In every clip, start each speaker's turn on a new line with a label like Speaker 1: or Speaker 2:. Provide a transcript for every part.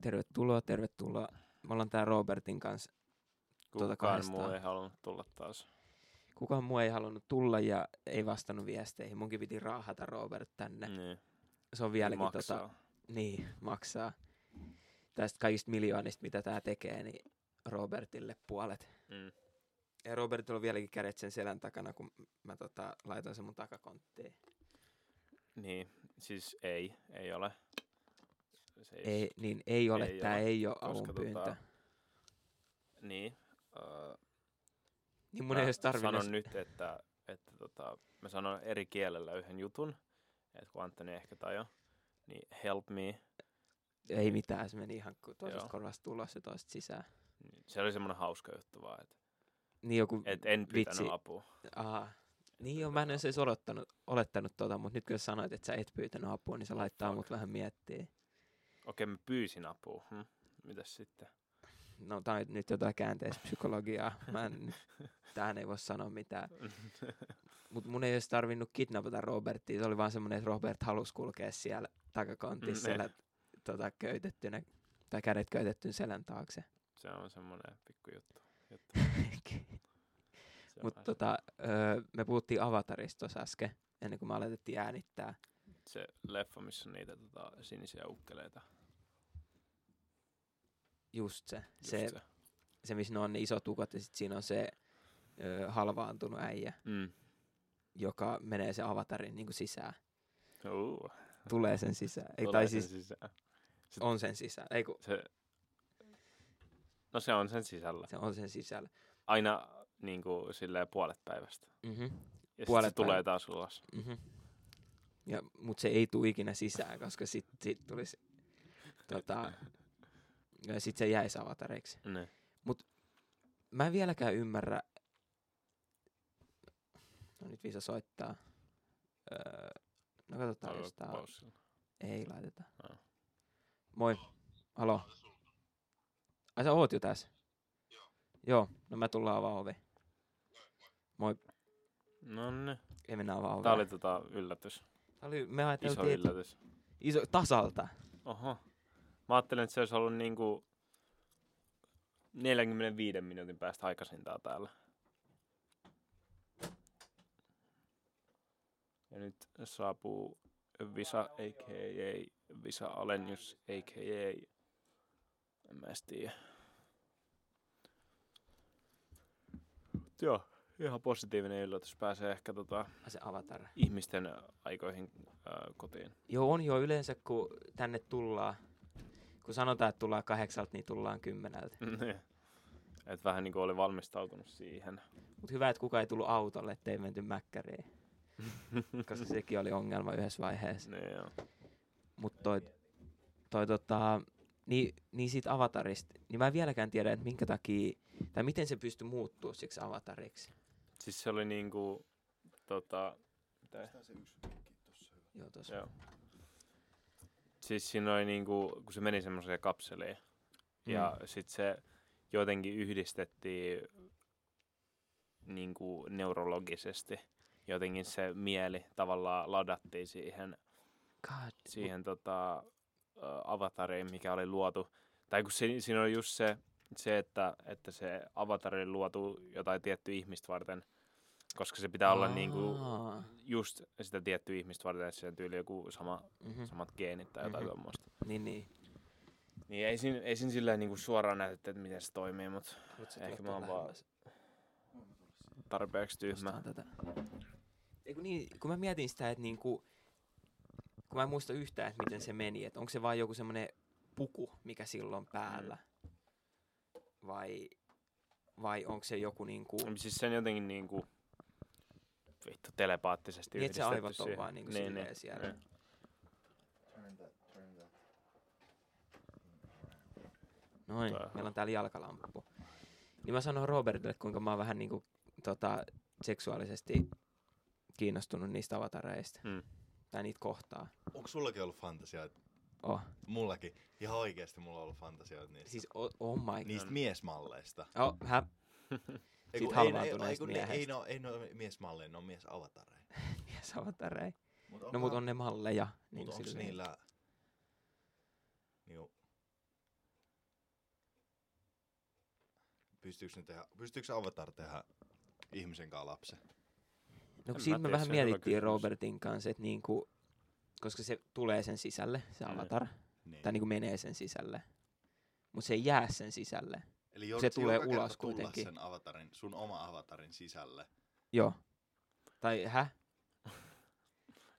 Speaker 1: tervetuloa, tervetuloa. Me ollaan tää Robertin kanssa. Tuota
Speaker 2: Kukaan
Speaker 1: kahdestaan.
Speaker 2: muu ei halunnut tulla taas.
Speaker 1: Kukaan muu ei halunnut tulla ja ei vastannut viesteihin. Munkin piti raahata Robert tänne. Mm.
Speaker 2: Niin.
Speaker 1: Se on vieläkin
Speaker 2: Maksaa.
Speaker 1: tota, niin, maksaa. Tästä kaikista miljoonista, mitä tää tekee, niin Robertille puolet.
Speaker 2: Mm.
Speaker 1: Ja Robertilla on vieläkin kädet sen selän takana, kun mä tota, laitoin sen mun takakonttiin.
Speaker 2: Niin, siis ei, ei ole. Siis,
Speaker 1: Ei, niin ei ole,
Speaker 2: Ei
Speaker 1: ei tää
Speaker 2: ole,
Speaker 1: ei ole
Speaker 2: koska
Speaker 1: avun pyyntö.
Speaker 2: tota, Niin. Öö,
Speaker 1: niin mun ei
Speaker 2: mä
Speaker 1: olisi tarvinnut.
Speaker 2: sanon nyt, että, että tota, mä sanon eri kielellä yhden jutun, että kun Antoni ehkä tajo, niin help me.
Speaker 1: Ei mitään, se meni ihan ku- toisesta
Speaker 2: Joo.
Speaker 1: korvasta tulos ja toisesta sisään.
Speaker 2: Niin, Se oli semmoinen hauska juttu vaan, että
Speaker 1: Niin joku,
Speaker 2: et en pyytänyt
Speaker 1: Vitsi.
Speaker 2: apua.
Speaker 1: aha. Niin joo, mä en olisi edes odottanut, olettanut tota, mutta nyt kun sä sanoit, että sä et pyytänyt apua, niin se
Speaker 2: Oh,
Speaker 1: laittaa
Speaker 2: fuck.
Speaker 1: mut vähän miettiin.
Speaker 2: Okei, mä pyysin apua. Hm? Mitäs sitten?
Speaker 1: No tää on nyt jotain käänteispsykologiaa. Mä en, nyt- tähän ei voi sanoa mitään. Mutta mun ei olisi tarvinnut kidnapata Robertia. Se oli vaan semmoinen, että Robert halusi kulkea siellä takakontissa,
Speaker 2: Mm,
Speaker 1: siellä tota, köytettynä, tai kädet köytettyn selän taakse.
Speaker 2: Se on semmoinen pikku juttu. juttu. Se on
Speaker 1: Mutta
Speaker 2: asia.
Speaker 1: tota, öö, me puhuttiin Avatarista tuossa äsken, ennen kuin me aletettiin äänittää.
Speaker 2: se leffa, missä on niitä tota, sinisiä ukkeleita.
Speaker 1: Just se.
Speaker 2: Just
Speaker 1: se,
Speaker 2: se.
Speaker 1: se, missä ne on ne isot ukot ja sit siinä on se öö, halvaantunut äijä,
Speaker 2: Mm.
Speaker 1: joka menee se Avatarin niin kuin sisään.
Speaker 2: Uh,
Speaker 1: Tulee sen sisään. Ei, tai siis
Speaker 2: sisään.
Speaker 1: on sen sisään. Ei, kun,
Speaker 2: Se, no se on sen sisällä.
Speaker 1: se on sen sisällä.
Speaker 2: Aina niin kuin, silleen puolet päivästä.
Speaker 1: Mm-hmm.
Speaker 2: Ja puolet
Speaker 1: Puolet
Speaker 2: se tulee
Speaker 1: päivä-
Speaker 2: taas ulos.
Speaker 1: Mm-hmm. Ja, mut se ei tule ikinä sisään, koska sit, sit tulisi... Tota, ja sit se jäisi avatariksi.
Speaker 2: Niin.
Speaker 1: mä en vieläkään ymmärrä. No nyt Visa soittaa. Öö, no katsotaan, jos tää on. Ei laiteta.
Speaker 2: Aa.
Speaker 1: Moi. Halo. Ai sä oot jo tässä? Joo. no mä tullaan avaa ovi. Moi.
Speaker 2: No niin.
Speaker 1: Ei mennä avaa ovi.
Speaker 2: Tää oli tota yllätys.
Speaker 1: me
Speaker 2: Iso
Speaker 1: ajateltiin, että
Speaker 2: yllätys.
Speaker 1: iso, tasalta.
Speaker 2: Oho. Mä ajattelin, että se olisi ollut niinku 45 minuutin päästä aikaisintaan täällä. Ja nyt saapuu Visa, a.k.a. Visa Alenius, a.k.a. En mä edes tiedä. Mut Joo, ihan positiivinen yllätys. Pääsee ehkä tota,
Speaker 1: Ai Se avatar.
Speaker 2: ihmisten aikoihin ää, kotiin.
Speaker 1: Joo, on jo yleensä, kun tänne tullaan. Kun sanotaan, että tullaan kahdeksalta, niin tullaan kymmeneltä.
Speaker 2: Mm, niin. Et vähän niinku oli valmistautunut siihen.
Speaker 1: Mutta hyvä, että kukaan ei tullut autolle, ettei menty mäkkäriin. koska sekin oli ongelma yhdessä vaiheessa.
Speaker 2: Niin joo.
Speaker 1: Mutta toi, toi tota, niin, niin siitä avatarista, niin mä en vieläkään tiedä, että minkä takia, tai miten se pystyi muuttuu siksi avatariksi.
Speaker 2: Siis se oli niinku, tota, mitä?
Speaker 1: Joo, tossa.
Speaker 2: Joo. Siis siinä oli niinku, kun se meni semmoiseen kapseliin. Mm. Ja sit se jotenkin yhdistettiin niinku neurologisesti. Jotenkin se mieli tavallaan ladattiin siihen
Speaker 1: God.
Speaker 2: siihen tota, ö, avatariin, mikä oli luotu. Tai kun si- siinä oli just se, se että, että se avatari oli luotu jotain tiettyä ihmistä varten, koska se pitää olla niinku
Speaker 1: Aa,
Speaker 2: just sitä tiettyä ihmistä varten, että se on tyyli joku sama,
Speaker 1: mhm,
Speaker 2: samat geenit tai jotain
Speaker 1: Mhm.
Speaker 2: mm-hmm. tuommoista.
Speaker 1: Niin, niin.
Speaker 2: Niin ei siinä, ei siinä sillä niinku suoraan näytetty, että miten se toimii, mutta
Speaker 1: Haluatko sä
Speaker 2: Ehkä
Speaker 1: tulla
Speaker 2: mä oon
Speaker 1: tuon
Speaker 2: vaan
Speaker 1: lähemmäs?
Speaker 2: tarpeeksi tyhmä.
Speaker 1: Ostaan Tätä. Eiku niin, kun mä mietin sitä, että niinku, kun mä en muista yhtään, että miten se meni, että onko se vaan joku semmoinen puku, mikä silloin päällä,
Speaker 2: Mm.
Speaker 1: vai, vai onko se joku niinku,
Speaker 2: Siis sen jotenkin niinku, vittu telepaattisesti
Speaker 1: Niin, et se
Speaker 2: yhdistetty
Speaker 1: aivot on
Speaker 2: siihen. Niin,
Speaker 1: vaan niinku silleen siellä. Noin,
Speaker 2: Tää-
Speaker 1: meillä on täällä jalkalamppu. Niin mä sanon Robertille, kuinka mä oon vähän niinku, tota, seksuaalisesti kiinnostunut niistä avatareista.
Speaker 2: Mm.
Speaker 1: Tai niitä kohtaa.
Speaker 3: Onko sullakin ollut fantasioita?
Speaker 1: Oh.
Speaker 3: Mullakin. Ihan oikeesti mulla on ollut fantasioita niistä.
Speaker 1: Siis oh, oh my god.
Speaker 3: niistä miesmalleista.
Speaker 1: Oh, hä?
Speaker 3: Ei
Speaker 1: Siitä
Speaker 3: kun- ei-
Speaker 1: halvaantuneista
Speaker 3: ei- ei kun ne-
Speaker 1: miehestä.
Speaker 3: Ei, no, ei no miesmalleja, ne on miesavatareja.
Speaker 1: Mies avatarei.
Speaker 3: Mut
Speaker 1: No mut on ne malleja.
Speaker 3: Mut
Speaker 1: niinku
Speaker 3: onks
Speaker 1: silleen.
Speaker 3: niillä... Niinku, pystyykö, ne tehdä, pystyykö se avatar tehdä ihmisen kanssa lapsen?
Speaker 1: No kun
Speaker 2: mä
Speaker 1: siinä me
Speaker 2: tiedä,
Speaker 1: vähän
Speaker 2: se on hyvä
Speaker 1: mietittiin
Speaker 2: kysymys.
Speaker 1: Robertin kanssa, että niinku, koska se tulee sen sisälle, se
Speaker 2: Mm.
Speaker 1: avatar,
Speaker 3: Niin.
Speaker 1: tai niinku menee sen sisälle. Mutta se ei jää sen sisälle.
Speaker 3: Eli
Speaker 1: se
Speaker 3: joudut
Speaker 1: tulee
Speaker 3: joka kerta
Speaker 1: ulos
Speaker 3: tulla
Speaker 1: kuitenkin.
Speaker 3: sen avatarin, sun oma avatarin sisälle.
Speaker 1: Joo. Tai hä?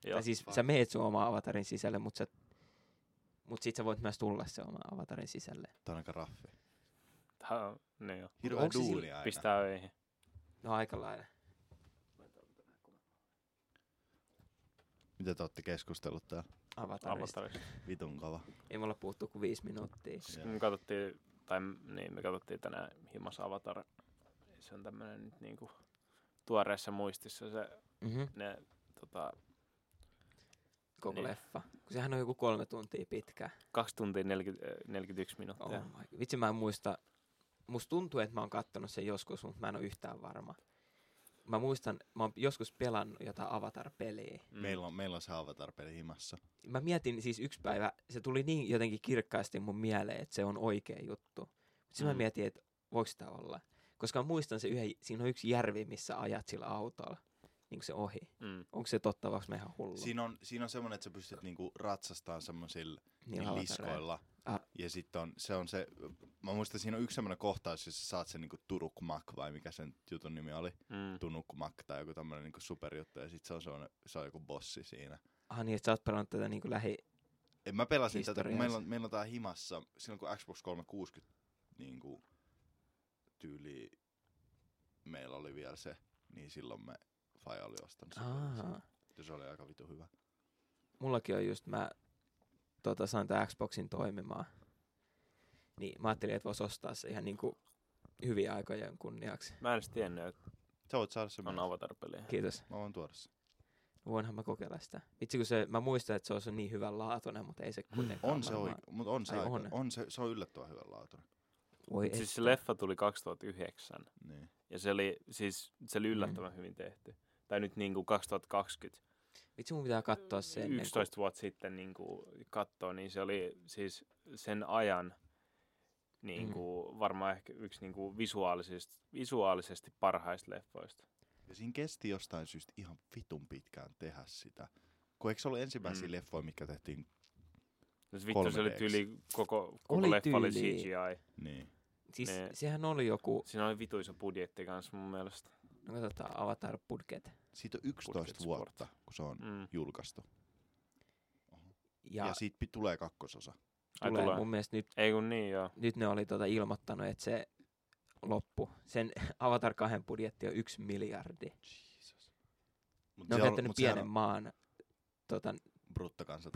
Speaker 2: Joo.
Speaker 1: tai siis
Speaker 3: fuck.
Speaker 1: sä meet sun oma avatarin sisälle, mutta mut sit sä voit myös tulla se oma avatarin sisälle.
Speaker 3: Tämä on aika raffi.
Speaker 2: Tää on, niin joo.
Speaker 3: Hirveä
Speaker 1: onko se
Speaker 3: duuni
Speaker 1: sillä-
Speaker 3: aina.
Speaker 2: Pistää öihin.
Speaker 1: No aika lailla.
Speaker 3: Mitä te olette keskustellut täällä?
Speaker 1: Avatarista.
Speaker 2: Avatarista.
Speaker 3: Vitun kova.
Speaker 1: Ei me olla puhuttu kuin viisi minuuttia.
Speaker 2: Siis
Speaker 3: Joo.
Speaker 2: me katsottiin, tai m- niin, me katsottiin tänään Himas Avatar. niin Se on tämmönen nyt niinku tuoreessa muistissa se,
Speaker 1: Mm-hmm.
Speaker 2: ne tota,
Speaker 1: Koko
Speaker 2: Niin.
Speaker 1: leffa. Kun sehän on joku kolme tuntia pitkä.
Speaker 2: 2 tuntia 40, äh, 41 minuuttia.
Speaker 1: Oh my. god. Vitsi mä en muista. Musta tuntuu, että mä oon kattonut sen joskus, mutta mä en ole yhtään varma. Mä muistan, mä oon joskus pelannut jotain Avatar-peliä.
Speaker 2: Mm.
Speaker 3: Meillä on, meillä on se avatar-peli himassa.
Speaker 1: Mä mietin siis yksi päivä, se tuli niin jotenkin kirkkaasti mun mieleen, että se on oikea juttu. Mutta sitten mä
Speaker 2: Mm.
Speaker 1: mietin, että voiko sitä olla. Koska mä muistan se yhden, siinä on yksi järvi, missä ajat sillä autolla. Niin se ohi.
Speaker 2: Mm.
Speaker 1: Onko se totta, vai onko mä ihan hullu?
Speaker 3: Siinä on, siinä on semmoinen, että sä pystyt niinku ratsastamaan semmoisilla
Speaker 1: Niillä
Speaker 3: niin
Speaker 1: avatareilla.
Speaker 3: liskoilla.
Speaker 1: Ah.
Speaker 3: Ja sitten on, se on se, mä muistan, siinä on yksi semmoinen kohtaus, jossa sä saat sen niinku Turukmak vai mikä sen jutun nimi oli.
Speaker 2: Mm.
Speaker 3: Tunukmak tai joku tämmöinen niinku superjuttu. Ja sitten se on, semmoinen, se on joku bossi siinä.
Speaker 1: Ah niin, että sä oot pelannut tätä niin kuin lähi...
Speaker 3: En mä pelasin tätä, kun
Speaker 1: Historiaa
Speaker 3: meillä
Speaker 1: se.
Speaker 3: on, meillä on tää himassa, silloin kun Xbox 360 niin kuin, tyyli meillä oli vielä se, niin silloin me Faja oli ostanut sen. pelin
Speaker 1: Aa.
Speaker 3: siitä. Ja se oli aika vitu hyvä.
Speaker 1: Mullakin on just, mä tota, saan tää Xboxin toimimaan. Niin mä ajattelin, että vois ostaa se ihan niinku hyviä aikojen kunniaksi.
Speaker 2: Mä en edes tiennyt, että
Speaker 3: Sä voit saada sen.
Speaker 2: on
Speaker 3: myös.
Speaker 2: Avatar-peliä.
Speaker 1: Kiitos.
Speaker 3: Mä voin tuoda sen.
Speaker 1: Voinhan mä kokeilla sitä. Vitsi kun se, mä muistan, että se on niin hyvän laatuinen, mutta ei se kuitenkaan
Speaker 3: On se,
Speaker 1: varmaan-
Speaker 3: oikein, mutta on se,
Speaker 1: Ai
Speaker 3: aika,
Speaker 1: on.
Speaker 3: on. se, se on yllättävän hyvän laaturi.
Speaker 1: Voi
Speaker 2: Siis
Speaker 1: siis
Speaker 2: se leffa tuli 2009.
Speaker 3: Niin.
Speaker 2: Ja se oli, siis, se oli yllättävän mm. hyvin tehty. Tai nyt niin kuin 2020.
Speaker 1: Vitsi mun pitää katsoa se ennen
Speaker 2: 11 vuotta sitten niin kuin katsoo, niin se oli siis sen ajan niin
Speaker 1: Mm.
Speaker 2: kuin, varmaan ehkä yksi niin kuin visuaalisesti, visuaalisesti parhaista leffoista.
Speaker 3: Ja siinä kesti jostain syystä ihan vitun pitkään tehdä sitä. Kun eikö se ollut ensimmäisiä
Speaker 2: Mm.
Speaker 3: mm. leffoja, mikä tehtiin?
Speaker 2: Siis vittu, se oli
Speaker 3: 3D:ksi.
Speaker 2: tyyli, koko, koko
Speaker 1: Oli
Speaker 2: oli leffa oli
Speaker 1: tyyli.
Speaker 2: CGI.
Speaker 3: Niin.
Speaker 1: Kun, siis
Speaker 2: ne-
Speaker 1: sehän oli joku,
Speaker 2: Siinä oli vitu iso budjetti kanssa mun mielestä.
Speaker 1: no katsotaan, Avatar Budget.
Speaker 3: Siitä on 11
Speaker 2: Budget
Speaker 3: vuotta, kun se on
Speaker 2: Mm.
Speaker 3: julkaistu.
Speaker 1: Ja,
Speaker 3: Ja,
Speaker 1: ja
Speaker 3: ja siitä pi- tulee kakkososa.
Speaker 2: Ai
Speaker 1: tulee,
Speaker 2: tulee.
Speaker 1: mun mielestä nyt,
Speaker 2: Ei kun niin, joo.
Speaker 1: nyt ne oli tota ilmoittanut, että se loppu. Sen Avatar 2 budjetti on yksi miljardi.
Speaker 3: Jesus. Mut
Speaker 1: Ne on
Speaker 3: se
Speaker 1: käyttänyt
Speaker 3: mut sehän
Speaker 1: pienen
Speaker 3: on
Speaker 1: maan tota,
Speaker 3: bruttakansat.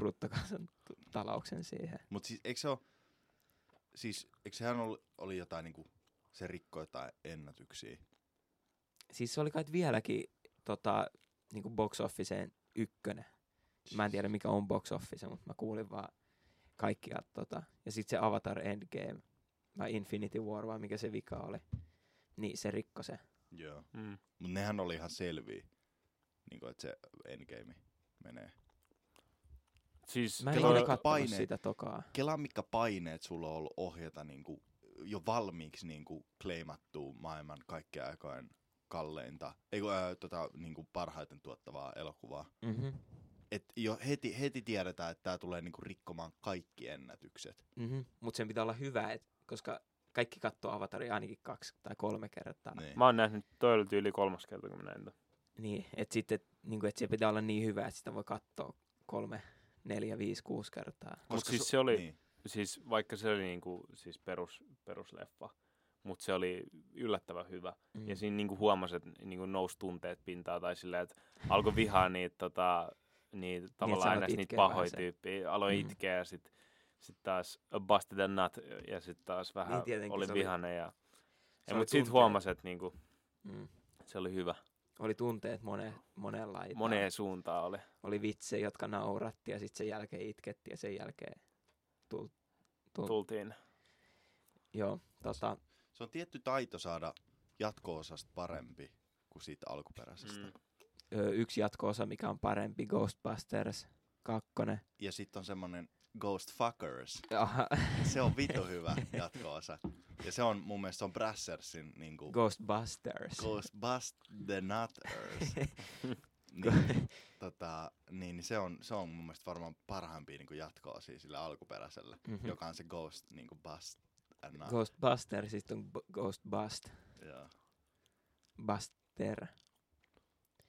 Speaker 1: bruttokansantalouksen siihen.
Speaker 3: Mut siis eikö se ole, siis eikö sehän ollut, oli jotain niinku, se rikkoi jotain ennätyksiä.
Speaker 1: Siis se oli kai vieläkin tota, niinku box officeen ykkönen. Mä en tiedä mikä on box office, mutta mä kuulin vaan kaikkia. Tota. Ja sitten se Avatar Endgame, vai Infinity War, vai mikä se vika oli. Niin se rikkoi se.
Speaker 3: Joo.
Speaker 2: Mm.
Speaker 3: Mut nehän oli ihan selviä, niinku että se endgame menee.
Speaker 2: Siis
Speaker 1: Mä en
Speaker 3: Kelaa
Speaker 1: ole
Speaker 3: niinku
Speaker 1: kattonut
Speaker 3: paine-
Speaker 1: sitä tokaa.
Speaker 3: Kela mitkä paineet sulla on ollut ohjata niinku, jo valmiiksi niinku kleimattua maailman kaikkien aikojen kalleinta, ei kun, ää, tota, niinku parhaiten tuottavaa elokuvaa.
Speaker 1: Mm-hmm.
Speaker 3: Et jo heti, heti tiedetään, että tämä tulee niinku rikkomaan kaikki ennätykset.
Speaker 1: Mm-hmm. Mutta sen pitää olla hyvä, et, koska kaikki katsoo Avataria ainakin kaksi tai kolme kertaa.
Speaker 3: Niin.
Speaker 2: Mä oon nähnyt, toi oli tyyli kolmas kerta, kun mä näin ton.
Speaker 1: Niin, että sitten, niinku, et se pitää olla niin hyvä, että sitä voi katsoa kolme, neljä, viisi, kuusi kertaa.
Speaker 2: Mut
Speaker 3: Koska
Speaker 2: siis
Speaker 3: su-
Speaker 2: se oli,
Speaker 3: Niin.
Speaker 2: siis vaikka se oli niinku, siis perus, perusleffa, mutta se oli yllättävän hyvä.
Speaker 1: Mm.
Speaker 2: Ja siinä niinku huomasi, että niinku nousi tunteet pintaa tai silleen, että alkoi vihaa niitä, tota, niitä
Speaker 1: sä aloit
Speaker 2: tavallaan niin, aina niitä
Speaker 1: itkeä vähän
Speaker 2: pahoja
Speaker 1: sen.
Speaker 2: tyyppiä. Aloin
Speaker 1: Mm.
Speaker 2: mm. itkeä ja sitten sit taas busted the nut ja sitten taas vähän niin,
Speaker 1: tietenkin,
Speaker 2: oli
Speaker 1: se oli-
Speaker 2: vihane. Ja, ja
Speaker 1: oli
Speaker 2: mutta sitten
Speaker 1: tunteet.
Speaker 2: huomasi, että niinku,
Speaker 1: Mm.
Speaker 2: se oli hyvä.
Speaker 1: Oli tunteet mone, monenlaita.
Speaker 2: Moneen suuntaan oli.
Speaker 1: Oli vitsejä, jotka nauratti ja sitten sen jälkeen itkettiin ja sen jälkeen tul... tul... tul.
Speaker 2: Tultiin.
Speaker 1: Joo, tota,
Speaker 3: Se on tietty taito saada jatko-osasta parempi kuin siitä alkuperäisestä.
Speaker 2: Mm.
Speaker 3: Mm.
Speaker 1: ö, yksi jatko-osa, mikä on parempi, Ghostbusters 2.
Speaker 3: Ja sitten on semmoinen Ghost Fuckers.
Speaker 1: Aha.
Speaker 3: Se on vitu hyvä jatkoosa. Ja se on mun mielestä se on Brassersin niinku
Speaker 1: Ghostbusters.
Speaker 3: Ghost Bust the Nutters. niin, tota, niin niin se, on, se on mun mielestä varmaan parhaimpia niin jatkoa siis sille alkuperäiselle,
Speaker 1: Mhm.
Speaker 3: mm-hmm. joka on se Ghost niin kuin Bust and Nut.
Speaker 1: Ghostbustersista on b- Ghostbust.
Speaker 3: Joo.
Speaker 1: Buster.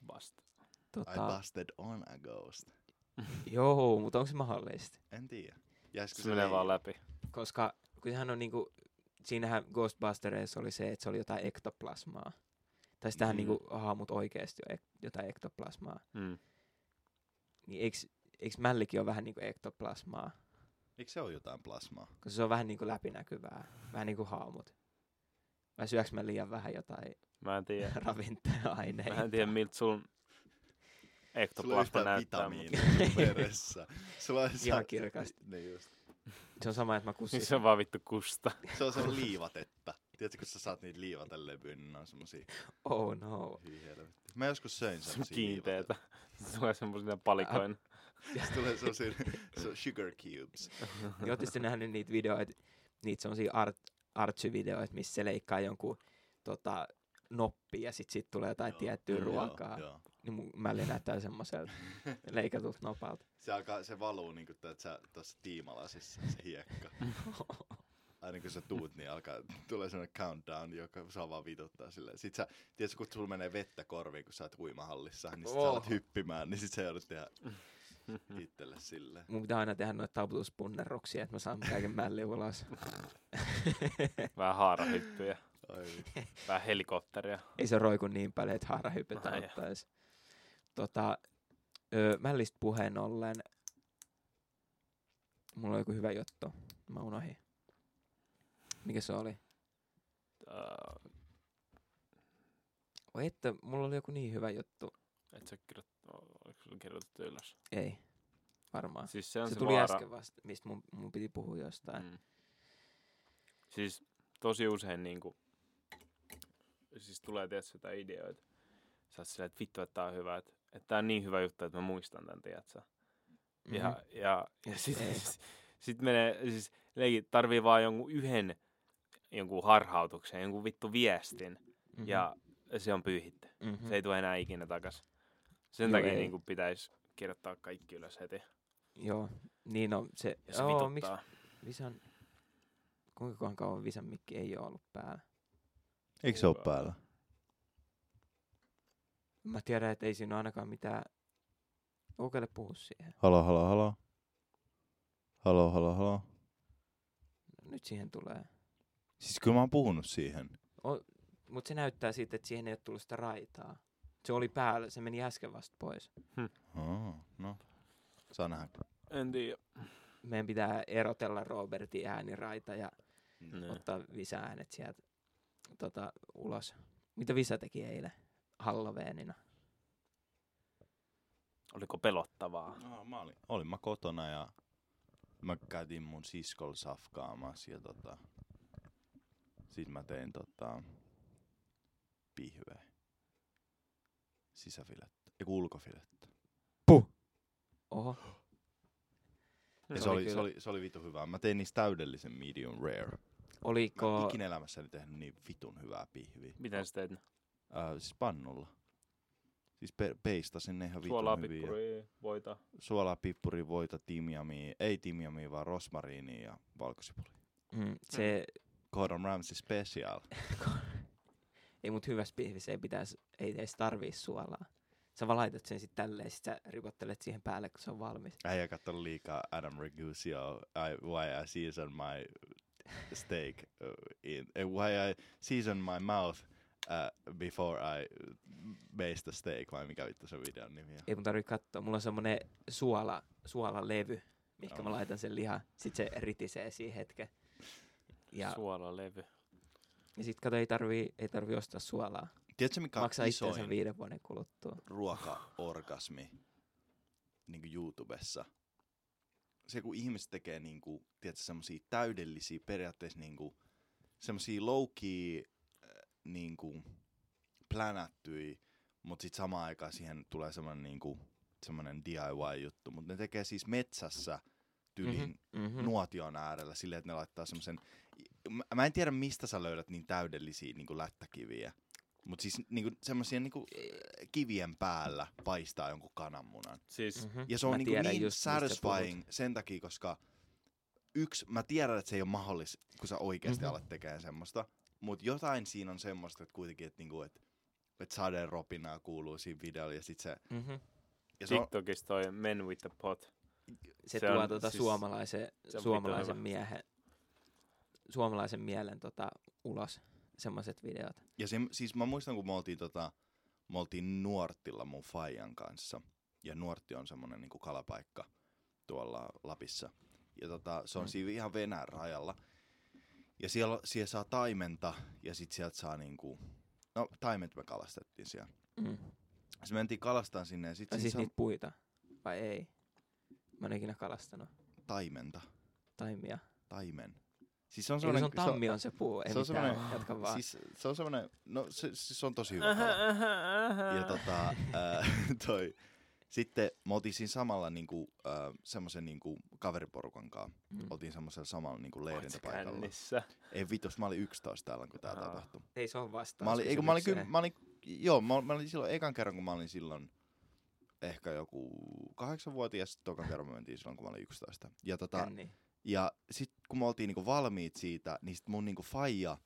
Speaker 2: Vasta.
Speaker 3: I
Speaker 1: Tota,
Speaker 3: busted on a ghost.
Speaker 1: joo, mutta onko se mahdollista?
Speaker 3: En tiedä. Jäisikö
Speaker 2: Se menee vaan läpi.
Speaker 1: Koska kun sehän on niinku, siinähän Ghostbustereissa oli se, että se oli jotain ektoplasmaa. Tai sitähän
Speaker 3: Mm.
Speaker 1: niinku haamut oikeesti on ek- jotain ektoplasmaa.
Speaker 2: Mm.
Speaker 1: Niin eiks, eiks mällikin ole vähän niinku ektoplasmaa?
Speaker 3: Eikö se ole jotain plasmaa?
Speaker 1: Koska se on vähän niinku läpinäkyvää. Vähän niinku haamut. Vai syöks mä liian vähän jotain
Speaker 2: Mä en tiedä.
Speaker 1: ravinta-aineita?
Speaker 2: Mä en tiedä, miltä sun
Speaker 3: Sulla on
Speaker 2: ektoplasma
Speaker 3: yhtään
Speaker 2: näyttää.
Speaker 3: vitamiinia
Speaker 2: Mutta...
Speaker 3: sun veressä. Sulla on
Speaker 1: Ihan kirkasta.
Speaker 3: Niin just.
Speaker 1: Se on sama, että mä
Speaker 2: Siis
Speaker 1: kussin.
Speaker 2: se on vaan vittu kusta.
Speaker 3: Se on se liivatetta. Tiedätkö, kun sä saat niitä liivatelevyjä, niin ne on semmosia
Speaker 1: Oh no.
Speaker 3: hyi helvetti. Mä joskus söin
Speaker 2: Se on
Speaker 3: semmosia liivatelevyjä.
Speaker 2: kiinteetä. Se tulee semmoisina palikoina.
Speaker 3: Se tulee semmosia se sugar cubes.
Speaker 1: Oletteko te Niin nähnyt niitä videoita, niitä semmosia art, artsy-videoita, missä se leikkaa jonkun tota, noppi ja sit siitä tulee jotain
Speaker 3: Joo,
Speaker 1: tiettyä
Speaker 2: joo,
Speaker 1: ruokaa.
Speaker 3: Joo.
Speaker 1: Niin mun mälli näyttää semmoiselta leikatulta nopalta.
Speaker 3: Se, alkaa, se valuu niinku tässä tuossa tiimalasissa se hiekka. Aina kun sä tuut, niin alkaa, tulee sellainen countdown, joka saa vaan vituttaa silleen. Sit sä, tiedätkö, kun sulla menee vettä korviin, kun sä oot uimahallissa, niin sit sä alat
Speaker 1: Oh.
Speaker 3: hyppimään, niin sit sä joudut tehdä itselle silleen.
Speaker 1: Mun pitää aina tehdä noita taputuspunnerruksia, että mä saan kaiken mälli ulos.
Speaker 2: Vähän haarahyppyjä.
Speaker 3: Ai, vittu.
Speaker 2: Vähän helikopteria.
Speaker 1: Ei se roiku niin paljon, että haarahypyt
Speaker 2: Ai jaa.
Speaker 1: ottaisi. Tota, ö, mällistä puheen ollen, mulla oli joku hyvä juttu. Mä unohdin. Mikä se oli?
Speaker 2: Uh,
Speaker 1: Oi että, mulla oli joku niin hyvä juttu.
Speaker 2: et sä kirjoit- oliko sulla kirjoitettu ylös?
Speaker 1: Ei, varmaan.
Speaker 2: Siis se on
Speaker 1: Ah, Se,
Speaker 2: se,
Speaker 1: tuli
Speaker 2: vaara.
Speaker 1: äsken vasta, mistä mun, mun piti puhua jostain. Mm.
Speaker 2: Mm. Siis tosi usein niinku, siis tulee tietysti jotain ideoita. Sä oot silleen, että vittu, että tää on hyvä. Että, että tää on niin hyvä juttu, että mä muistan tän, tiedätkö?
Speaker 1: Mm.
Speaker 2: Ja, ja, ja sit,
Speaker 1: Ei.
Speaker 2: sit menee, siis leikit tarvii vaan jonkun yhden jonkun harhautuksen, jonkun vittu viestin.
Speaker 1: mm-hmm.
Speaker 2: Ja se on pyyhitty.
Speaker 1: mm-hmm.
Speaker 2: Se ei tule enää ikinä takas. Sen
Speaker 1: Joo,
Speaker 2: takia
Speaker 1: ei.
Speaker 2: niin pitäisi kirjoittaa kaikki ylös heti.
Speaker 1: Joo, niin on se.
Speaker 2: Ja se
Speaker 1: joo,
Speaker 2: vituttaa.
Speaker 1: miksi Visan... Kuinka kohan kauan Visan mikki ei ole ollut päällä?
Speaker 3: Eikö se ole päällä?
Speaker 1: Mä tiedän, että ei siinä ole ainakaan mitään... Oukelle puhu siihen.
Speaker 3: Halo, halo, halo. Halo, halo, halo.
Speaker 1: No, Nyt siihen tulee.
Speaker 3: Siis kyllä mä oon puhunut siihen.
Speaker 1: Mutta se näyttää siitä, että siihen ei ole tullut sitä raitaa. Se oli päällä, se meni äsken vasta pois.
Speaker 3: Oh, no. Saa nähdä.
Speaker 2: En tiedä.
Speaker 1: Meidän pitää erotella Robertin ääniraita ja
Speaker 2: Niin.
Speaker 1: ottaa visäänet sieltä tota, ulos. Mitä Visa teki eilen Halloweenina?
Speaker 2: Oliko pelottavaa?
Speaker 3: No, mä olin. olin mä kotona ja mä käytin mun siskol safkaamassa ja tota, sit mä tein tota, pihveä. Sisäfilettä, ei kun ulkofilettä.
Speaker 1: Oho,
Speaker 3: Ja se,
Speaker 1: oli
Speaker 3: oli, se,
Speaker 1: kyllä-
Speaker 3: oli, se oli vitu hyvää. Mä tein niistä täydellisen medium rare. Mä en
Speaker 1: oliko...
Speaker 3: ikinä elämässäni tehnyt niin vitun hyvää pihviä.
Speaker 2: Miten sä teit? ne?
Speaker 3: Äh, siis pannulla. Siis pe- peistasin ne ihan
Speaker 2: Suolaa,
Speaker 3: vitun hyviä.
Speaker 2: pikkuria, voita.
Speaker 3: Suolaa, pippuri, voita, timjamia, ei timjamia vaan rosmariinia ja valkosipuli.
Speaker 1: Mm, se,
Speaker 3: Gordon Ramsay Special.
Speaker 1: ei mut hyvässä pihvissä ei pitäisi, ei edes tarvii suolaa. Sä vaan laitat sen sitten tälleen, sit sä ripottelet siihen päälle, kun se on valmis.
Speaker 3: Äijä katsoi liikaa Adam Ragusio, I, why I season my steak, uh, in, eh, why I season my mouth uh, before I baste the steak, vai mikä vittu se videon nimi on.
Speaker 1: Ei mun tarvii katsoa, mulla on semmonen suola, suolalevy, mihinkä mä
Speaker 3: Joo.
Speaker 1: laitan sen lihan. Sit se ritisee siihen hetken.
Speaker 2: Ja.
Speaker 1: Ja,
Speaker 2: Suolalevy.
Speaker 1: ja sit kato, ei tarvii, ei tarvii ostaa suolaa.
Speaker 3: Tiedätkö mikä on
Speaker 1: Maksaa itseensä
Speaker 3: isoin
Speaker 1: viiden vuoden kuluttua.
Speaker 3: ruokaorgasmi niin kuin YouTubessa. Se, kun ihmiset tekee niin kuin, tiedätkö, semmosia täydellisiä, periaatteessa niin kuin, semmosia low key, niin kuin, plänättyi, mutta sitten samaan aikaan siihen tulee semmoinen niin kuin, semmoinen DIY-juttu. Mutta ne tekee siis metsässä tyylin mm-hmm.
Speaker 1: Mm-hmm.
Speaker 3: nuotion äärellä silleen, että ne laittaa semmoisen... Mä- Mä en tiedä, mistä sä löydät niin täydellisiä niin kuin lättäkiviä. Mutta siis niin semmoisia niin kivien päällä paistaa jonkun kananmunan.
Speaker 2: Siis,
Speaker 1: mm-hmm.
Speaker 3: Ja se on
Speaker 1: Mä
Speaker 3: niin,
Speaker 1: tiedän
Speaker 3: niin
Speaker 1: just, mistä
Speaker 3: satisfying sen takia, koska yksi, mä tiedän, että se ei ole mahdollista, kun sä oikeasti
Speaker 1: Mhm.
Speaker 3: mm-hmm. alat tekemään semmoista, mutta jotain siinä on semmoista, että kuitenkin, että niinku, et, et sadeen ropinaa kuuluu siinä videolla ja sit se,
Speaker 1: puhut. Mhm.
Speaker 3: ja se on,
Speaker 2: TikTokissa toi Men with the Pot.
Speaker 1: Se,
Speaker 2: Se
Speaker 1: tuo
Speaker 2: on
Speaker 1: tuota
Speaker 2: siis-
Speaker 1: suomalaisen,
Speaker 2: se on
Speaker 1: suomalaisen
Speaker 2: vitun hyvä.
Speaker 1: miehen, suomalaisen mielen tota, ulos semmoiset videot.
Speaker 3: ja se, siis mä muistan, kun me oltiin, tota, me oltiin Nuortilla mun faijan kanssa, ja Nuortti on semmonen niinku kalapaikka tuolla Lapissa, ja tota, se on
Speaker 1: Mm.
Speaker 3: mm. siinä ihan Venäjän rajalla, ja siellä, siellä saa taimenta, ja sit sieltä saa niinku, no taimet me kalastettiin siellä.
Speaker 1: Mm.
Speaker 3: Se mentiin kalastaan sinne ja
Speaker 1: Tai
Speaker 3: sitten
Speaker 1: siis
Speaker 3: siis
Speaker 1: niitä puita, vai ei? Mä en ole ikinä kalastanut
Speaker 3: taimenta.
Speaker 1: taimia.
Speaker 3: Taimen. Siis se on
Speaker 1: Se on, se
Speaker 3: semmoinen...
Speaker 1: on tammi on se puu, ei
Speaker 3: se on
Speaker 1: mitään,
Speaker 3: semmonen-
Speaker 1: jatka vaan. Siis,
Speaker 3: Siis, se on semmoinen... No se, siis se on tosi hyvä kala. Ja tota, ää, toi... Sitten me oltiin siinä samalla niinku, äh, semmoisen niinku, kaveriporukan kanssa.
Speaker 1: mm.
Speaker 3: Oltiin semmoisella samalla niinku,
Speaker 2: Oot sä
Speaker 3: leirintäpaikalla.
Speaker 2: kännissä?
Speaker 3: Ei vitos, mä olin 11 täällä, kun tää
Speaker 2: Aa.
Speaker 3: tapahtui.
Speaker 1: Ei se ole vastaus
Speaker 3: Mä olin, ei, kun mä olin, kyllä,
Speaker 1: kysymykseen.
Speaker 3: mä olin, joo, mä, mä olin silloin ekan kerran, kun mä olin silloin ehkä joku kahdeksanvuotias, sitten tokan kerran mä mentiin silloin, kun mä olin 11. Ja tota,
Speaker 1: Känni.
Speaker 3: Ja sitten kun me oltiin niinku valmiit siitä, niin sit mun niinku faija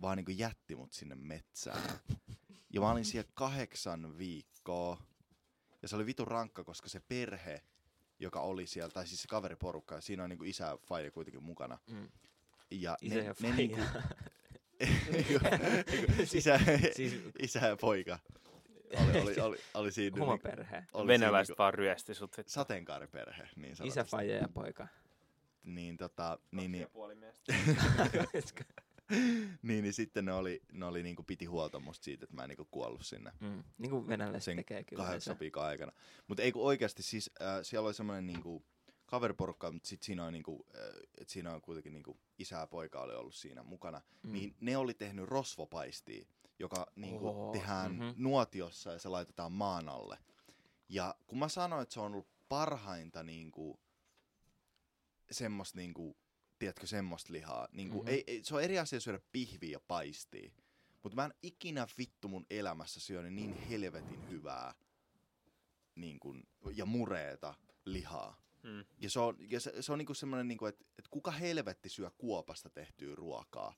Speaker 3: vaan niinku jätti mut sinne metsään. Ja mä olin siellä kahdeksan viikkoa. Ja se oli vitu rankka, koska se perhe, joka oli siellä, tai siis se kaveriporukka, ja siinä on niinku isä ja faija kuitenkin mukana.
Speaker 1: Mm.
Speaker 3: Ja
Speaker 1: Isä
Speaker 3: ne,
Speaker 1: ja
Speaker 3: ne
Speaker 1: faija.
Speaker 3: niinku, isä,
Speaker 1: siis
Speaker 3: isä ja poika oli, oli, oli, oli siinä. niinku-
Speaker 1: homoperhe.
Speaker 3: oli siinä
Speaker 2: Venäläiset
Speaker 3: niinku
Speaker 2: vaan ryösti sut. vittu.
Speaker 3: sateenkaariperhe, niin sanotusti.
Speaker 1: Isä, faija ja poika.
Speaker 3: Niin tota, niin,
Speaker 2: Kaksi
Speaker 3: niin,
Speaker 2: ja puoli miestä.
Speaker 3: niin, niin sitten ne oli, ne oli niinku piti huolta musta siitä, että mä en niinku kuollut sinne
Speaker 1: mm. Niin kuin venäläiset
Speaker 3: Sen
Speaker 1: tekee kyllä.
Speaker 3: kahdeksan
Speaker 1: yleensä.
Speaker 3: viikon aikana. Mutta ei kun oikeasti, siis äh, siellä oli semmoinen niinku kaveriporukka, mutta sit siinä on, niinku, äh, et siinä on kuitenkin niinku isä ja poika oli ollut siinä mukana.
Speaker 1: Mm.
Speaker 3: Mm. Niin ne oli tehnyt rosvopaistia, joka niinku
Speaker 1: Oho,
Speaker 3: tehdään
Speaker 1: mhm.
Speaker 3: mm-hmm. nuotiossa ja se laitetaan maan alle. Ja kun mä sanoin, että se on ollut parhainta niinku, semmoista niinku, tiedätkö, semmoista lihaa. Niinku,
Speaker 1: Mhm.
Speaker 3: mm-hmm. ei, ei, se on eri asia syödä pihviä ja paistia. Mutta mä en ikinä vittu mun elämässä syönyt niin helvetin hyvää niin kun, ja mureeta lihaa.
Speaker 2: Mm.
Speaker 3: Ja se on, ja se, se on niinku semmoinen, niinku, että et kuka helvetti syö kuopasta tehtyä ruokaa.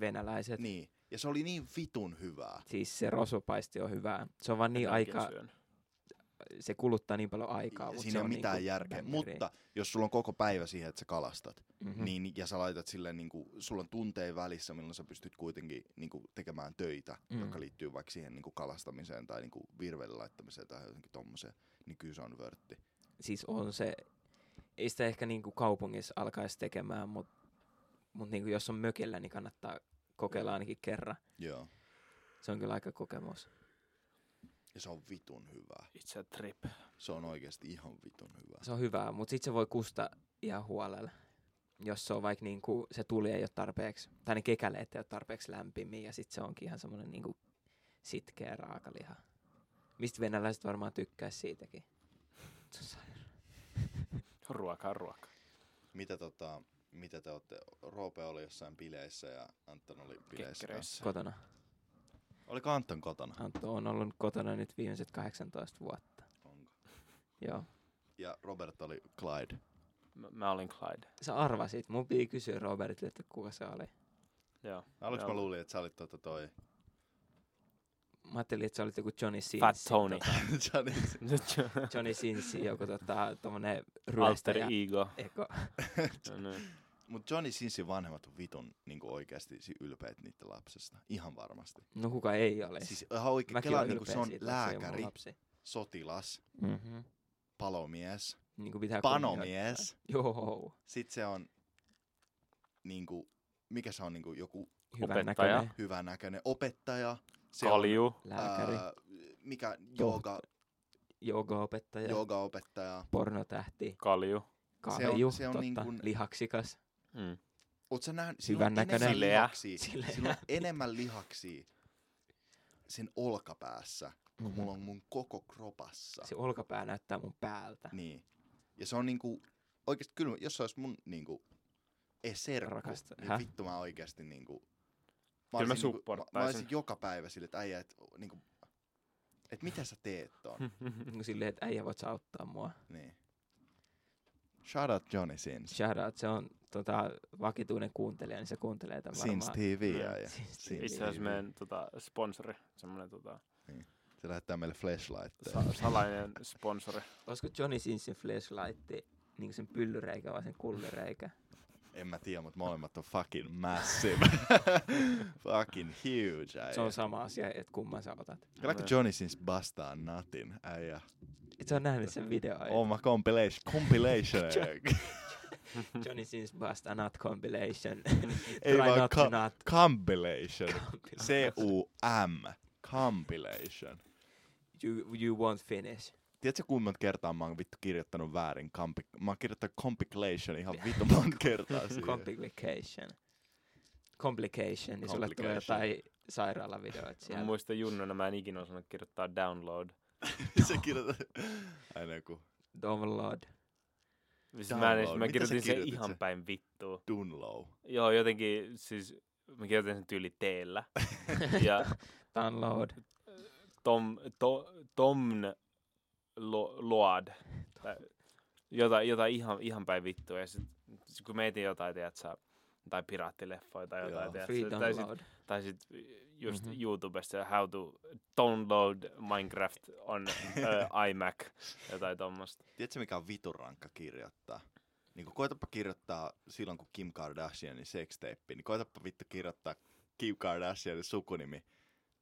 Speaker 1: Venäläiset.
Speaker 3: Niin. Ja se oli niin vitun hyvää.
Speaker 1: Siis se rosvopaisti on hyvää. Se on vaan niin
Speaker 2: Mäkin
Speaker 1: aika,
Speaker 2: syön.
Speaker 1: se kuluttaa niin paljon aikaa. mut
Speaker 3: Siinä
Speaker 1: se
Speaker 3: ei
Speaker 1: on
Speaker 3: ole mitään
Speaker 1: niinku
Speaker 3: järkeä.
Speaker 1: bängeri.
Speaker 3: Mutta jos sulla on koko päivä siihen, että sä kalastat,
Speaker 1: Mhm.
Speaker 3: mm-hmm. niin, ja sä laitat silleen, niin kuin, sulla on tunteen välissä, milloin sä pystyt kuitenkin niin kuin, tekemään töitä,
Speaker 1: Mm.
Speaker 3: mm. jotka liittyy vaikka siihen niin kuin, kalastamiseen tai niin kuin, virvelle laittamiseen tai jotenkin tommoseen, niin kyllä se on vörtti.
Speaker 1: Siis on se, ei sitä ehkä niinku kaupungissa alkaisi tekemään, mutta mut niinku jos on mökillä, niin kannattaa kokeilla ainakin kerran.
Speaker 3: Joo.
Speaker 1: Se on kyllä aika kokemus.
Speaker 3: Ja se on vitun hyvää.
Speaker 2: It's a trip.
Speaker 3: Se on oikeasti ihan vitun hyvää.
Speaker 1: Se on hyvää, mutta sitten se voi kusta ihan huolella. Jos se on vaikka niinku, se tuli ei ole tarpeeksi, tai ne kekäleet ei ole tarpeeksi lämpimiä, ja sitten se onkin ihan semmoinen niinku sitkeä raakaliha. Mistä venäläiset varmaan tykkäisi siitäkin.
Speaker 2: Ruokaa, ruokaa.
Speaker 3: Mitä, tota, mitä te olette? Roope oli jossain bileissä ja Anton oli bileissä.
Speaker 2: Kekkereissä.
Speaker 3: kanssa.
Speaker 1: Kotona.
Speaker 3: Oliko Anton kotona?
Speaker 1: Antto on ollut kotona nyt viimeiset 18 vuotta.
Speaker 3: Onko?
Speaker 1: Joo.
Speaker 3: Ja Robert oli Clyde.
Speaker 2: Mä, mä olin Clyde.
Speaker 1: Sä arvasit. Mun piti kysyä Robertille, että kuka se oli.
Speaker 2: Joo.
Speaker 3: Aluksi mä
Speaker 2: Joo.
Speaker 3: luulin, että sä olit tota toi...
Speaker 1: Mä ajattelin, että se oli joku Johnny Sins.
Speaker 2: Fat Tony.
Speaker 1: Tota,
Speaker 3: sä olit
Speaker 1: Johnny Sins, joku tota, tommonen
Speaker 2: Alter E.
Speaker 1: ryöstäjä.
Speaker 2: Ego.
Speaker 1: Eko.
Speaker 2: No niin.
Speaker 3: Mutta Johnny Sinsin vanhemmat on vitun niin oikeasti ylpeät niiden lapsesta. Ihan varmasti.
Speaker 1: No kuka ei ole?
Speaker 3: Siis ihan oikein.
Speaker 1: Mäkin
Speaker 3: Kela,
Speaker 1: olen
Speaker 3: niin kuin
Speaker 1: ylpeä
Speaker 3: se on
Speaker 1: siitä, että se ei ole mun
Speaker 3: lääkäri,
Speaker 1: Lapsi.
Speaker 3: sotilas,
Speaker 1: Mm-hmm.
Speaker 3: palomies,
Speaker 1: Niin kuin pitää kunnioittaa.
Speaker 3: panomies.
Speaker 1: Joo.
Speaker 3: Sitten se on, niin kuin, mikä se on, niin kuin, joku
Speaker 1: Hyvän
Speaker 2: Opettaja.
Speaker 1: näköinen
Speaker 3: hyvän näköinen opettaja. Se
Speaker 2: Kalju.
Speaker 3: on,
Speaker 1: lääkäri,
Speaker 3: ää, mikä jooga,
Speaker 1: joogaopettaja,
Speaker 3: joogaopettaja.
Speaker 1: pornotähti,
Speaker 2: Kalju.
Speaker 1: kalju,
Speaker 3: se on
Speaker 1: totta,
Speaker 3: niin kuin-
Speaker 1: lihaksikas.
Speaker 2: Mm.
Speaker 3: Oot sä nähnyt, sillä on
Speaker 1: Hyvän näköinen.
Speaker 3: enemmän
Speaker 2: Sileä.
Speaker 3: lihaksia,
Speaker 1: Sileä.
Speaker 3: sillä on enemmän lihaksia sen olkapäässä, kun
Speaker 1: Mm-hmm.
Speaker 3: mulla on mun koko kropassa.
Speaker 1: Se olkapää näyttää mun päältä.
Speaker 3: Niin. Ja se on niinku, oikeesti kyllä, jos se olisi mun niinku eserkku,
Speaker 1: Rakasta-
Speaker 3: niin
Speaker 1: Häh?
Speaker 3: vittu mä oikeesti niinku...
Speaker 2: Kyllä mä
Speaker 3: olisin niinku- mä, mä
Speaker 2: supporttaisin.
Speaker 3: olisin joka päivä sille, että äijä, et, niinku, et mitä sä teet ton?
Speaker 1: Niinku Silleen, että äijä voit sä auttaa mua.
Speaker 3: niin. Shout out Johnny Sins.
Speaker 1: Shout out, se on tota, vakituinen kuuntelija, niin se kuuntelee tämän
Speaker 3: Sins
Speaker 1: varmaan.
Speaker 3: TV.
Speaker 2: Mm.
Speaker 3: äijä.
Speaker 1: Sins
Speaker 3: Sins
Speaker 1: TV.
Speaker 2: Itse asiassa meidän
Speaker 3: niin.
Speaker 2: tota, sponsori, semmoinen tota,
Speaker 3: Se lähettää meille flashlightteja.
Speaker 2: sa- salainen sponsori.
Speaker 1: Olisiko Johnny Sinsin flashlight niin sen pyllyreikä vai sen kullireikä?
Speaker 3: En mä tiedä, mutta molemmat on fucking massive. fucking huge, äijä.
Speaker 1: Se on sama asia, että kumman sä otat.
Speaker 3: Kyllä kun
Speaker 2: Joo.
Speaker 3: Johnny Sins bastaa natin, äijä.
Speaker 1: Et sä oot nähnyt sen videoa.
Speaker 3: Oh my compilation. Compilation.
Speaker 1: Johnny Sins Bust a Nut Compilation.
Speaker 3: Ei
Speaker 1: Try
Speaker 3: vaan
Speaker 1: not
Speaker 3: ka-
Speaker 1: to nut.
Speaker 3: compilation.
Speaker 1: compilation.
Speaker 3: C-U-M. Compilation.
Speaker 1: You, you won't finish.
Speaker 3: Tiedätkö, kuinka monta kertaa mä oon vittu kirjoittanut väärin? Kampi- mä oon kirjoittanut compilation ihan vittu monta kertaa siihen.
Speaker 1: Complication. Complication, niin sulle tulee
Speaker 3: Complication.
Speaker 1: jotain sairaalavideoita
Speaker 2: Mä
Speaker 1: siellä.
Speaker 2: muistan junnuna, mä en ikinä osannut kirjoittaa download.
Speaker 3: Se kirjoittaa aina kun
Speaker 1: Download.
Speaker 2: Siis mä, en, edes-
Speaker 3: Download.
Speaker 2: mä
Speaker 3: Mitä sä
Speaker 2: kirjoitin sen
Speaker 3: kirjoitit
Speaker 2: ihan
Speaker 3: sen?
Speaker 2: päin vittua.
Speaker 3: Dunlow.
Speaker 2: Joo, jotenkin siis mä kirjoitin sen tyyli teellä. ja
Speaker 1: Download.
Speaker 2: Tom, to, Tom lo, Load. Tai Jotain, jotain ihan, ihan päin vittua. Ja sit, sit kun mietin jotain, tiedät sä, tai piraattileffoja tai
Speaker 3: Joo.
Speaker 2: jotain, tiedät
Speaker 1: Free
Speaker 2: sä, tai sit,
Speaker 1: download.
Speaker 2: tai sit just
Speaker 1: Mhm.
Speaker 2: mm-hmm. YouTubesta how to download Minecraft on uh, iMac, jotain tommosta.
Speaker 3: Tiedätkö, mikä on vitun rankka kirjoittaa? Niin kun koetapa kirjoittaa silloin, kun Kim Kardashianin sexteippi, niin koetapa vittu kirjoittaa Kim Kardashianin sukunimi